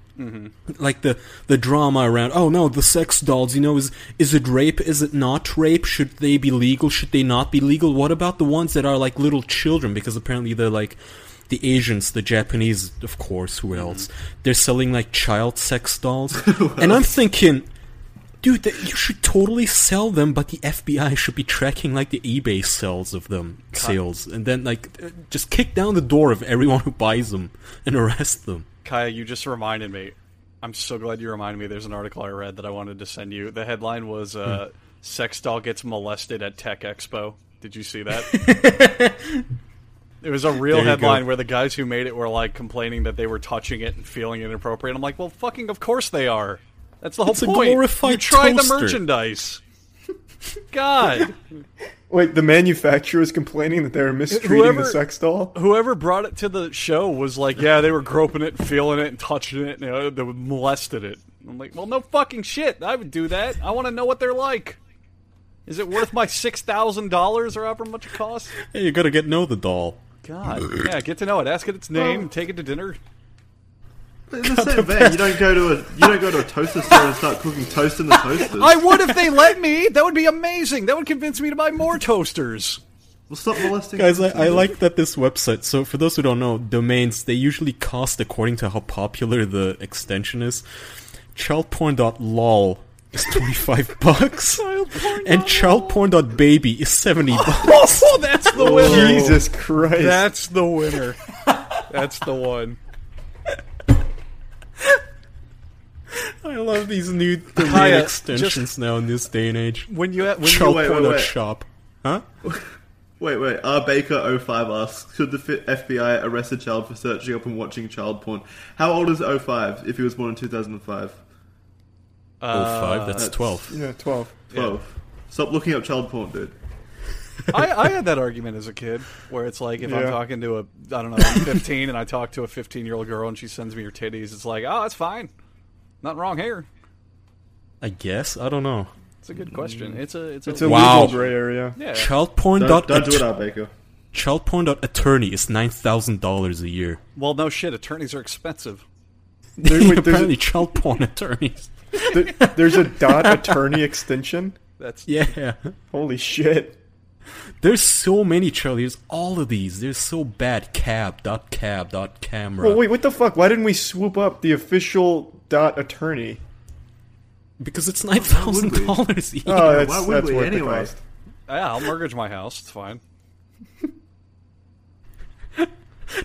B: Like the the drama around. Oh no, the sex dolls. You know, is is it rape? Is it not rape? Should they be legal? Should they not be legal? What about the ones that are like little children? Because apparently they're like the Asians, the Japanese, of course. Who else? They're selling like child sex dolls, and I'm thinking. Dude, that you should totally sell them, but the FBI should be tracking like the eBay sales of them, sales, and then like uh, just kick down the door of everyone who buys them and arrest them.
C: Kaya, you just reminded me. I'm so glad you reminded me. There's an article I read that I wanted to send you. The headline was
B: Hmm.
C: uh, "Sex Doll Gets Molested at Tech Expo." Did you see that? it was a real
B: There you
C: headline
B: go.
C: where the guys who made it were like complaining that they were touching it and feeling inappropriate. I'm like, well, fucking, of course they are. That's the whole
B: It's a
C: point. you
B: glorified
C: tried
B: toaster.
C: the merchandise. God,
D: Wait, the manufacturer is complaining that they're mistreating
C: Whoever-
D: the sex doll.
C: whoever brought it to the show was like, yeah, they were groping it, and feeling it, and touching it, and uh, they molested it. I'm like, well, no fucking shit. I would do that. I want to know what they're like. Is it worth my six thousand dollars or however much it costs?
B: Hey, you gotta get know the doll.
C: God, yeah, get to know it. Ask it its name. take it to dinner.
A: In the same vein, you don't go to a you don't go to a toaster store and start cooking toast in the toaster.
C: I would if they let me. That would be amazing. That would convince me to buy more toasters.
A: Well, stop molesting
B: Guys, I, I like that this website. So, for those who don't know, domains they usually cost according to how popular the extension is. Childporn.lol is twenty five bucks, and childporn.baby is seventy bucks.
C: Oh, that's the winner.
D: Jesus Christ!
C: That's the winner. That's the one.
B: I love these new domain
C: Kaya,
B: extensions now in this day and age.
C: When you when you
B: Child
A: wait,
B: porn
A: wait,
B: dot
A: wait.
B: shop. Huh?
A: Wait, wait. R Baker 05 asks, should the F- FBI arrest a child for searching up and watching child porn? How old is 05 if he was born in 2005?
B: Oh five, that's
A: that's-
B: twelve.
D: yeah, twelve.
A: 12. Stop looking up child porn, dude.
C: I, I had that argument as a kid where it's like if I'm
D: Yeah.
C: talking to a I don't know I'm 15 and I talk to a 15 year old girl and she sends me her titties, it's like oh that's fine, nothing wrong here.
B: I guess. I don't know.
C: It's a good question. It's a it's a,
D: It's a
B: Wow.
D: legal gray area.
C: yeah.
B: Child porn
A: Don't,
B: dot
A: don't do it,
B: att-
A: R Baker.
B: child porn dot attorney is nine thousand dollars a year.
C: Well, no shit, attorneys are expensive.
D: There- wait, there's,
B: Apparently
D: a,
B: child porn attorneys.
D: there- there's a dot attorney extension.
C: That's
B: Yeah.
D: Holy shit!
B: There's so many child there's all of these. They're so bad. Cab dot cab dot camera.
D: Well, wait, what the fuck? Why didn't we swoop up the official dot attorney?
B: Because it's nine thousand dollars a year.
D: Oh, that's,
A: why would
D: that's
A: we
D: worth
A: anyway?
D: the cost.
C: yeah. I'll mortgage my house. It's fine. Can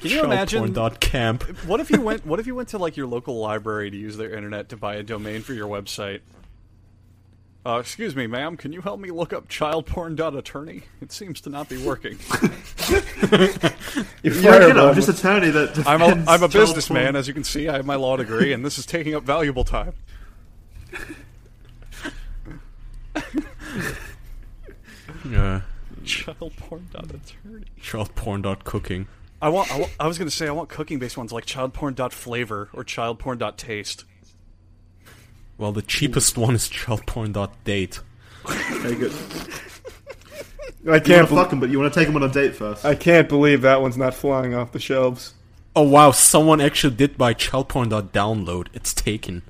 C: you
B: Child
C: imagine
B: porn dot camp.
C: what if you went what if you went to like your local library to use their internet to buy a domain for your website Uh, excuse me, ma'am. Can you help me look up child porn dot attorney? It seems to not be working.
D: You
A: Yeah,
D: fire
A: you know,
D: them.
A: I'm just attorney that
C: I'm a,
A: defends
C: I'm a
A: child
C: businessman,
A: porn.
C: as you can see. I have my law degree, and this is taking up valuable time.
B: Yeah.
C: Child porn dot attorney.
B: Child porn dot cooking.
C: I want. I, wa- I was gonna say I want cooking based ones like child porn dot flavor or child porn dot taste.
B: Well, the cheapest one is child porn dot date.
A: Okay, good.
D: I
A: You want
D: can't.
A: to
D: bel-
A: fuck him, but you want to take him on a date first.
D: I can't believe that one's not flying off the shelves.
B: Oh wow, someone actually did buy child porn dot download. It's taken.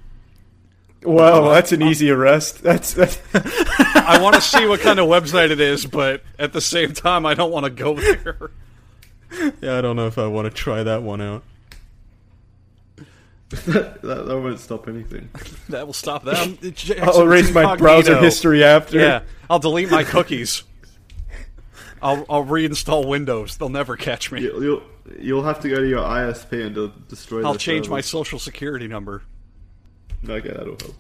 D: Well, that's an easy arrest. That's that's
C: I want to see what kind of website it is, but at the same time, I don't want to go there.
B: Yeah, I don't know if I want to try that one out.
A: that, that won't stop anything.
C: That will stop that. I'm-
D: I'll erase my browser
C: Incognito.
D: history after.
C: Yeah, I'll delete my cookies. I'll I'll reinstall Windows. They'll never catch me.
A: You, you'll you'll have to go to your ISP and de- destroy.
C: I'll
A: their
C: change my
A: servers.
C: social security number.
A: Okay, that'll help.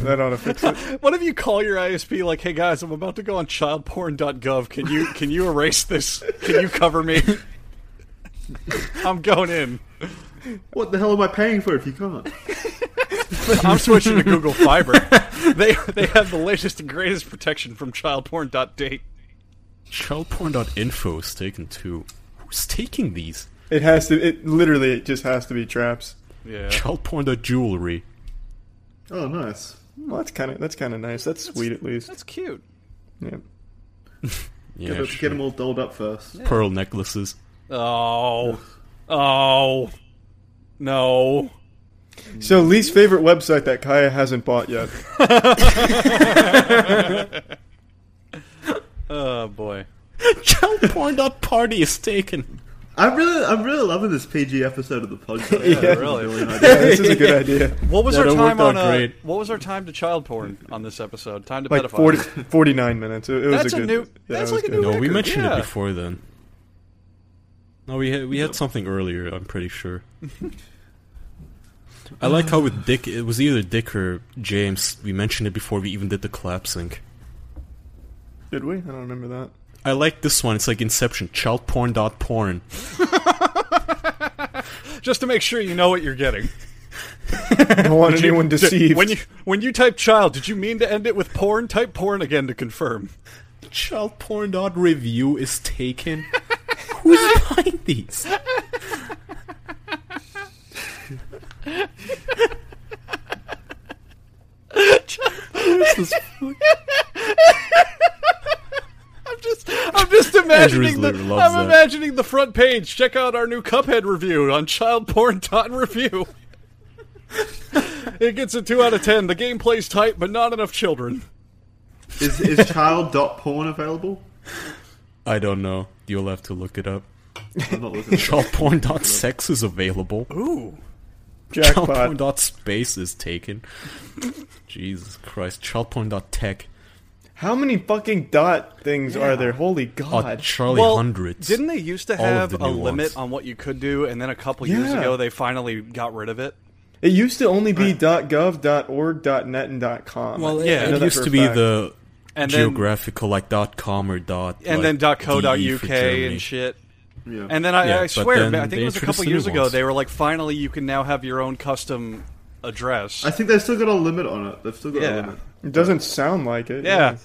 D: That ought to fix it.
C: What if you call your ISP like, "Hey guys, I'm about to go on childporn.gov. Can you can you erase this? Can you cover me? I'm going in.
A: What the hell am I paying for if you can't?
C: I'm switching to Google Fiber. They they have the latest and greatest protection from childporn.date.
B: Child porn dot info is taken too. Who's taking these?
D: It has to. It literally. It just has to be traps.
C: Yeah.
B: Child porn dot jewelry.
A: Oh, nice.
D: Well, that's kind of that's kind of nice. That's sweet at least.
C: That's cute.
D: Yeah.
B: Yeah,
A: Get, it-
B: sure.
A: get them all dolled up first.
B: pearl necklaces.
C: Oh. Oh. No.
D: So least favorite website that Kaya hasn't bought yet.
C: Oh boy.
B: Child porn dot party is taken.
A: I'm really, I'm really loving this PG episode of the podcast.
D: Yeah,
A: It's a
C: really.
A: brilliant
D: Yeah,
A: idea.
D: this is a good idea.
C: What was
B: That
C: our
B: worked
C: time on
B: out
C: uh,
B: great.
C: what was our time to child porn on this episode? Time to
D: Like
C: pedophiles.
D: 40, 49 minutes. It, it was
C: That's
D: a
C: a
D: good.
C: new-
D: yeah, it
C: that's
D: was
C: like a
D: good.
C: new-
B: No, we
C: Record,
B: mentioned
C: yeah.
B: it before then. No, we had, we had something earlier. I'm pretty sure. I like how with Dick, it was either Dick or James. We mentioned it before we even did the clap sync.
D: Did we? I don't remember that.
B: I like this one. It's like Inception. Child porn dot porn.
C: Just to make sure you know what you're getting.
D: I don't want anyone
C: Did-
D: deceived.
C: When you when you type child, did you mean to end it with porn? Type porn again to confirm.
B: Child porn dot review is taken. Who's buying these?
C: I'm just I'm just imagining the
B: Andrews loves that.
C: I'm imagining the front page. Check out our new Cuphead review on childporn.review. it gets a 2 out of 10. The gameplay's tight, but not enough children.
A: Is, is child.porn available?
B: I don't know. You'll have to look it up.
A: I'm not listening.
B: Child porn dot sex is available.
C: Ooh.
B: Child porn
D: Jackpot.
B: dot space is taken. Jesus Christ. Child porn dot tech.
D: How many fucking dot things are there? Holy
B: Oh,
D: God.
B: Charlie hundreds.
C: Didn't they used to
B: All of
C: have
B: the
C: a
B: new
C: limit
B: ones.
C: on what you could do, and then a couple years
D: Yeah.
C: ago they finally got rid of it?
D: it used to only be .gov, .org, .net, and .com.
B: Well,
C: Yeah,
B: yeah,
C: I know
B: it
D: that
B: used
D: for
B: to
D: a
B: be
D: fact.
B: the
C: And then-
B: geographical like dot com or dot
C: And
B: like,
C: then .co.uk
B: DE for Germany.
C: and shit.
A: Yeah.
C: And then I,
B: Yeah,
C: I
B: but
C: swear,
B: then
C: man, I think
B: they
C: it was a
B: introduced
C: couple
B: the new
C: years ago
B: ones.
C: they were like, finally you can now have your own custom address.
A: I think they've still got a limit on it. They've still got
C: Yeah.
A: a limit.
D: It doesn't sound like it.
C: Yeah.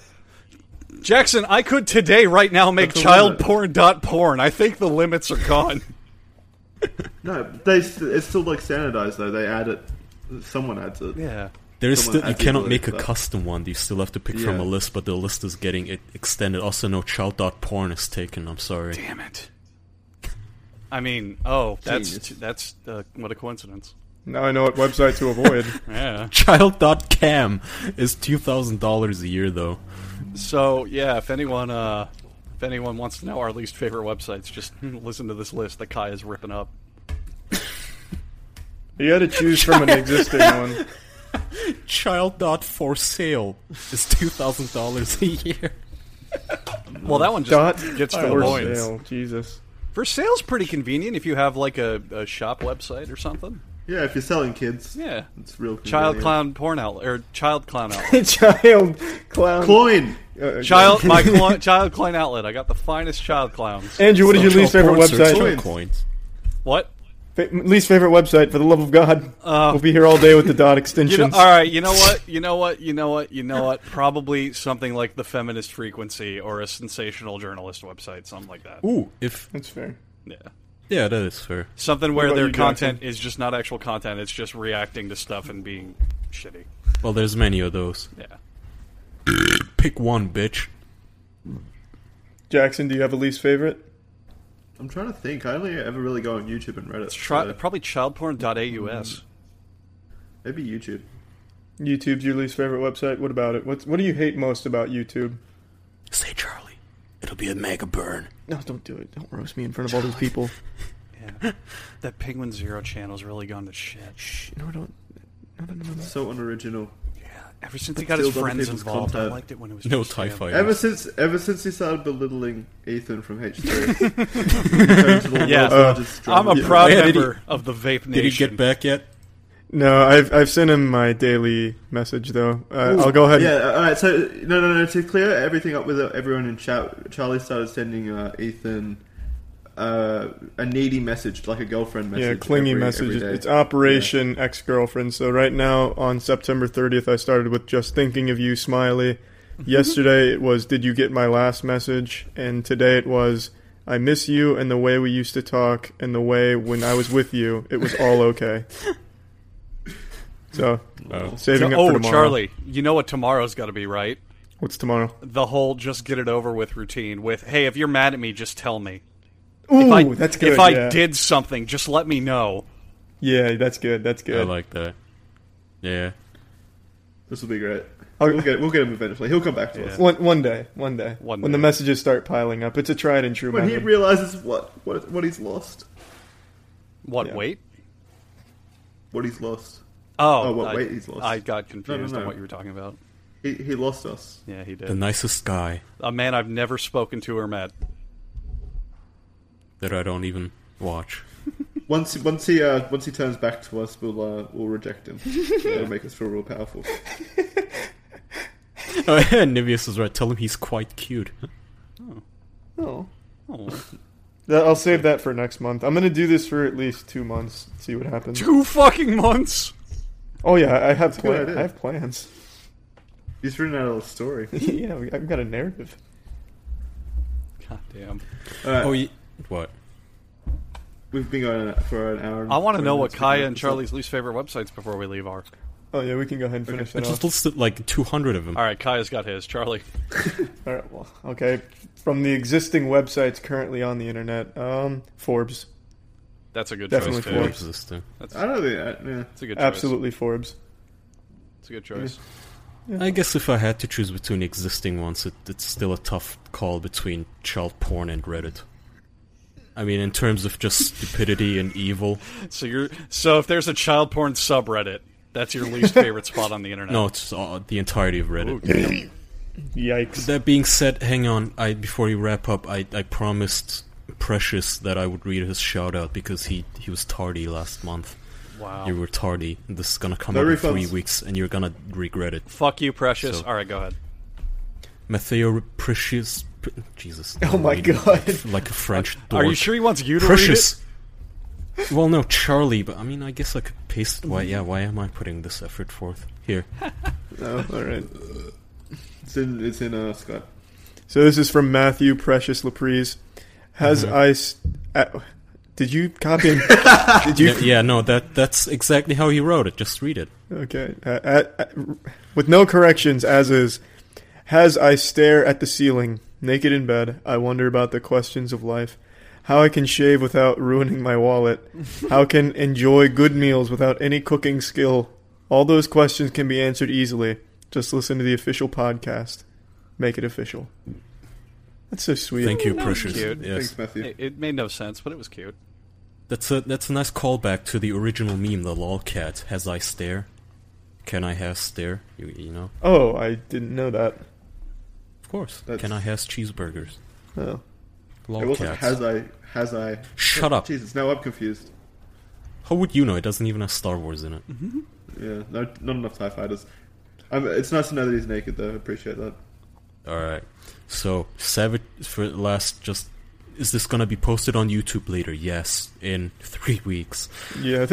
C: Jackson, I could today, right now, make
A: That's a limit.
C: childporn.porn. I think the limits are gone.
A: No, they st- it's still like standardized though. They add it. Someone adds it.
C: yeah.
B: There is
A: Someone
B: still you
A: had the
B: cannot
A: ability
B: make a
A: for that.
B: custom one. You still have to pick from
A: Yeah.
B: a list, but the list is getting it extended. Also, no child dot porn is taken. I'm sorry.
C: Damn it. I mean, oh, that's
A: Genius.
C: that's uh, what a coincidence.
D: Now I know what website to avoid.
C: Yeah.
B: Child dot cam is two thousand dollars a year though.
C: So yeah, if anyone uh, if anyone wants to know our least favorite websites, just listen to this list that Kai is ripping up.
D: You got to choose from an existing one.
B: Child dot for sale is two thousand dollars a year.
C: Well, that one just
D: Dot
C: gets to the
D: or
C: loins.
D: sale. Jesus.
C: For sale's pretty convenient if you have like a, a shop website or something.
A: Yeah, if you're selling kids,
C: Yeah.
A: it's real.
C: Child
A: convenient.
C: clown porn outlet or child clown outlet.
D: child clown.
A: Cloyne.
D: Uh,
C: Child my clo- child clown outlet. I got the finest child clowns.
D: Andrew, what is your
B: Social
D: least favorite
B: porn search
D: website?
B: for coins.
C: What?
D: Fa- least favorite website, for the love of God.
C: Uh,
D: we'll be here all day with the dot
C: You know,
D: extensions.
C: all right, you know what? You know what? You know what? You know what? Probably something like the Feminist Frequency or a sensational journalist website, something like that.
B: Ooh, if
D: That's fair.
C: Yeah.
B: yeah, that is fair.
C: Something where
D: about
C: their
D: you, Jackson?
C: content is just not actual content, it's just reacting to stuff and being shitty.
B: Well, there's many of those.
C: Yeah.
B: Pick one, bitch.
D: Jackson, do you have a least favorite?
A: I'm trying to think. I only ever really go on YouTube and Reddit.
C: Try,
A: so
C: probably childporn.aus.
A: maybe YouTube.
D: YouTube's your least favorite website. What about it? What's, what do you hate most about YouTube?
B: Say Charlie. It'll be a mega burn.
D: No, don't do it. Don't roast me in front of all these people.
C: Yeah. that Penguin Zero channel's really gone to shit.
D: Shh, no, don't. No, no, no, no.
A: So unoriginal.
C: Ever since he got his
A: Steals other
C: friends
A: people's
C: involved, I
A: content.
C: liked it when it was
B: No
C: just
B: TIE
C: him.
B: fighter.
A: Ever since, ever since he started belittling Ethan from H3, he turned to the
C: Yeah.
A: world's
C: Uh,
A: largest drama.
C: I'm a
A: Yeah.
C: proud
B: Yeah, did he-
C: member of the Vape Nation.
B: Did he get back yet?
D: No, I've I've sent him my daily message though. Uh, I'll go ahead. and-
A: Yeah, all right. So no, no, no. To clear everything up with uh, everyone in chat, Charlie started sending uh, Ethan uh, a needy message, like a girlfriend message.
D: yeah, clingy
A: every- every
D: messages.
A: day.
D: It's Operation Ex Girlfriend. So right now on September 30th, I started with just thinking of you, Smiley. Yesterday it was Did you get my last message? And today it was I miss you and the way we used to talk and the way when I was with you, it was all okay. So
B: Oh.
D: saving up for
C: oh,
D: tomorrow.
C: Charlie, you know what tomorrow's got to be, right?
D: What's tomorrow?
C: The whole just get it over with routine with, hey, if you're mad at me, just tell me.
D: Ooh,
C: If I,
D: that's good.
C: If I
D: yeah.
C: did something, just let me know.
D: Yeah, that's good. That's good.
B: I like that. Yeah.
A: This will be great.
D: I'll-
A: We'll get, we'll get him eventually. He'll come back to
C: Yeah.
A: us.
D: One, one day, one day,
C: One day.
D: when the messages start piling up, it's a tried and true
A: When he
D: method.
A: realizes what, what what he's lost,
C: What,
D: Yeah.
C: wait?
A: what he's lost,
C: Oh,
A: Oh, what
C: I,
A: weight he's lost.
C: I got confused
A: no.
C: on what you were talking about.
A: he, he lost us.
C: Yeah, he
B: The
C: did.
B: nicest guy
C: A man I've never spoken to or met.
B: that I don't even watch.
A: Once once he uh, once he turns back to us, we'll uh, we'll reject him. That'll make us feel real powerful.
B: Oh, yeah, Nivius is right. Tell him he's quite cute.
D: Oh.
C: Oh.
D: That, I'll save that for next month. I'm gonna do this for at least two months. See what happens.
C: Two fucking months!
D: Oh yeah, I have
A: good
D: plans.
A: idea.
D: I have plans.
A: He's written out a story.
D: yeah, we- I've got a narrative.
C: God damn.
A: All right,
B: Oh, ye- what?
A: we've been going for an hour. and
C: I want to
A: 20
C: know what
A: minutes.
C: Kaya and
A: Is that-
C: Charlie's least favorite websites before we leave are.
D: Oh yeah, we can go ahead and finish
B: I
D: that
B: just
D: off.
B: listed like 200 of them.
C: All right, Kaya's got his. Charlie,
D: All right, well, okay. From the existing websites currently on the internet, um, Forbes,
C: that's a good
D: Definitely
C: choice.
B: What
C: Dude.
D: Forbes.
B: is this thing?
C: That's,
A: I don't think. uh, I, yeah.
C: that's a good choice.
D: absolutely Forbes.
C: It's a good choice.
B: I guess if I had to choose between existing ones, it, it's still a tough call between child porn and Reddit. I mean, in terms of just stupidity and evil,
C: So you're so if there's a child porn subreddit, that's your least favorite spot on the internet.
B: no, it's uh, the entirety of Reddit.
D: Yikes!
B: That being said, hang on. I before you wrap up, I, I promised Precious that I would read his shout out because he, he was tardy last month.
C: Wow.
B: You were tardy. This is gonna come
A: No
B: out in three
A: refunds.
B: weeks, and you're gonna regret it.
C: Fuck you, precious.
B: So-
C: All right, go ahead.
B: Mateo Precious, Pre- Jesus.
D: Oh
B: I'm
D: my
B: reading
D: God.
B: Like a French.
C: Are you
B: dork.
C: sure he wants you to
B: Precious. Well, no, Charlie, but I mean, I guess I could paste. Why? Yeah, why am I putting this effort forth here?
D: Oh, all right.
A: It's in it's in uh, Skype.
D: So this is from Matthew Precious Laprise. Has
B: Mm-hmm.
D: ice? Uh, did you copy? And, did you?
B: Yeah, yeah, no, that that's exactly how he wrote it. Just read it.
D: Okay. Uh, at, at- with no corrections, as is, has I stare at the ceiling, naked in bed. I wonder about the questions of life. How I can shave without ruining my wallet. How can enjoy good meals without any cooking skill. All those questions can be answered easily. Just listen to the official podcast. Make it official. That's so sweet.
B: Thank you,
C: that was
B: Precious.
C: cute.
B: Yes,
A: Thanks, Matthew.
C: read it? It, it made no sense, but it was cute.
B: that's a that's a nice callback to the original meme, the lolcat. Has I stare? Can I has stare? You, you know,
D: Oh, I didn't know that.
B: of course.
A: That's-
B: Can I has cheeseburgers?
D: Oh.
A: It wasn't
B: Lolcats.
A: has I has I.
B: Shut up.
A: Jesus, now I'm confused.
B: How would you know? It doesn't even have Star Wars in it.
A: Yeah, no, not enough TIE fighters. Um, it's nice to know that he's naked, though. I appreciate that.
B: All right. So Savage for last just is this gonna be posted on YouTube later? Yes, in three weeks.
D: Yeah,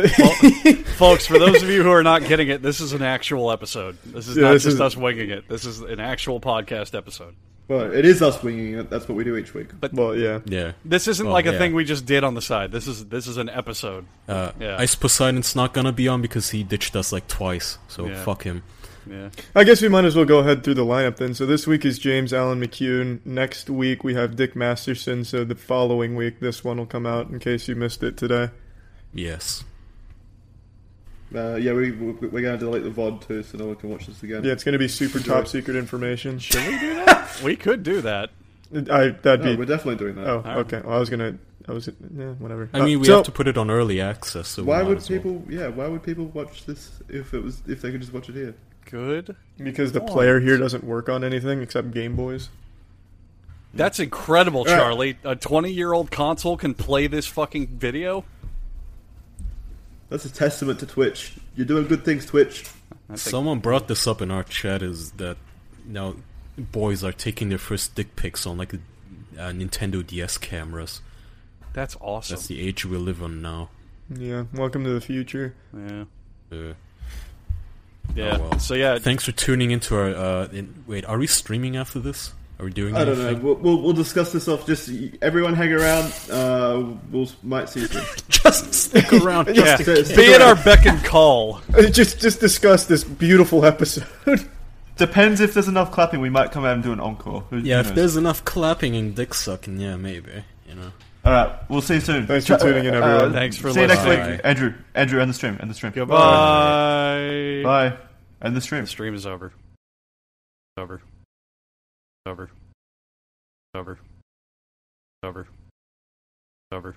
C: Folks, for those of you who are not getting it, this is an actual episode. This is
D: Yeah,
C: not
D: this
C: just
D: is-
C: us winging it. This is an actual podcast episode.
A: Well, it is us winging it. That's what we do each week.
D: well, yeah.
B: Yeah.
C: This isn't
B: Well,
C: like a
B: Oh, yeah.
C: thing we just did on the side. This is this is an episode.
B: Uh,
C: Yeah.
B: Ice Poseidon's not gonna be on because he ditched us like twice. So
C: Yeah.
B: fuck him.
C: Yeah.
D: I guess we might as well go ahead through the lineup then. So this week is James Allen McCune. Next week we have Dick Masterson. So the following week, this one will come out in case you missed it today.
B: Yes.
A: Uh, yeah, we, we, we're going to delete the VOD too, so no one can watch this again.
D: Yeah, it's going to be super top secret information.
C: We could do that.
D: I that'd
A: No,
D: be.
A: we're definitely doing that.
D: Oh,
C: right.
D: okay. Well, I was gonna. I was. Yeah, whatever.
B: I
D: Uh,
B: mean, we
D: so-
B: have to put it on early access. So we
A: why
B: might
A: would
B: as well.
A: people? Yeah, why would people watch this if it was if they could just watch it here?
C: Good.
D: because the
C: Come on.
D: player here doesn't work on anything except Game Boys.
C: That's incredible,
A: Yeah.
C: Charlie. A 20 year old console can play this fucking video?
A: That's a testament to Twitch. You're doing good things, Twitch.
C: I think-
B: Someone brought this up in our chat is that now boys are taking their first dick pics on like uh, Nintendo DS cameras.
C: That's awesome.
B: That's the age we live on now.
D: Yeah. Welcome to the future.
C: yeah.
B: Uh,
C: Yeah.
B: Oh, well.
C: So, yeah.
B: thanks for tuning into our. Uh, in, wait, are we streaming after this? Are we doing?
A: I don't know.
B: anything?
A: We'll, we'll, we'll discuss this off. Just everyone hang around. Uh, we'll might see you. soon.
B: Just stick around. just-
C: yeah.
A: Stick- stick
C: Be at our
A: around.
C: beck and call.
D: Uh, just just discuss this beautiful episode.
A: Depends if there's enough clapping. We might come out and do an encore. Who-
B: yeah.
A: who
B: If
A: knows?
B: there's enough clapping and dick sucking, yeah, maybe. You know.
A: All right. We'll see you soon.
D: Thanks for tuning in, everyone.
C: Thanks for
A: see you next
C: listening.
A: week,
B: Bye.
A: Andrew. Andrew, end the stream. End the stream.
C: Goodbye.
A: Bye. End the stream.
C: The stream is over. Over. Over. Over. Over. Over.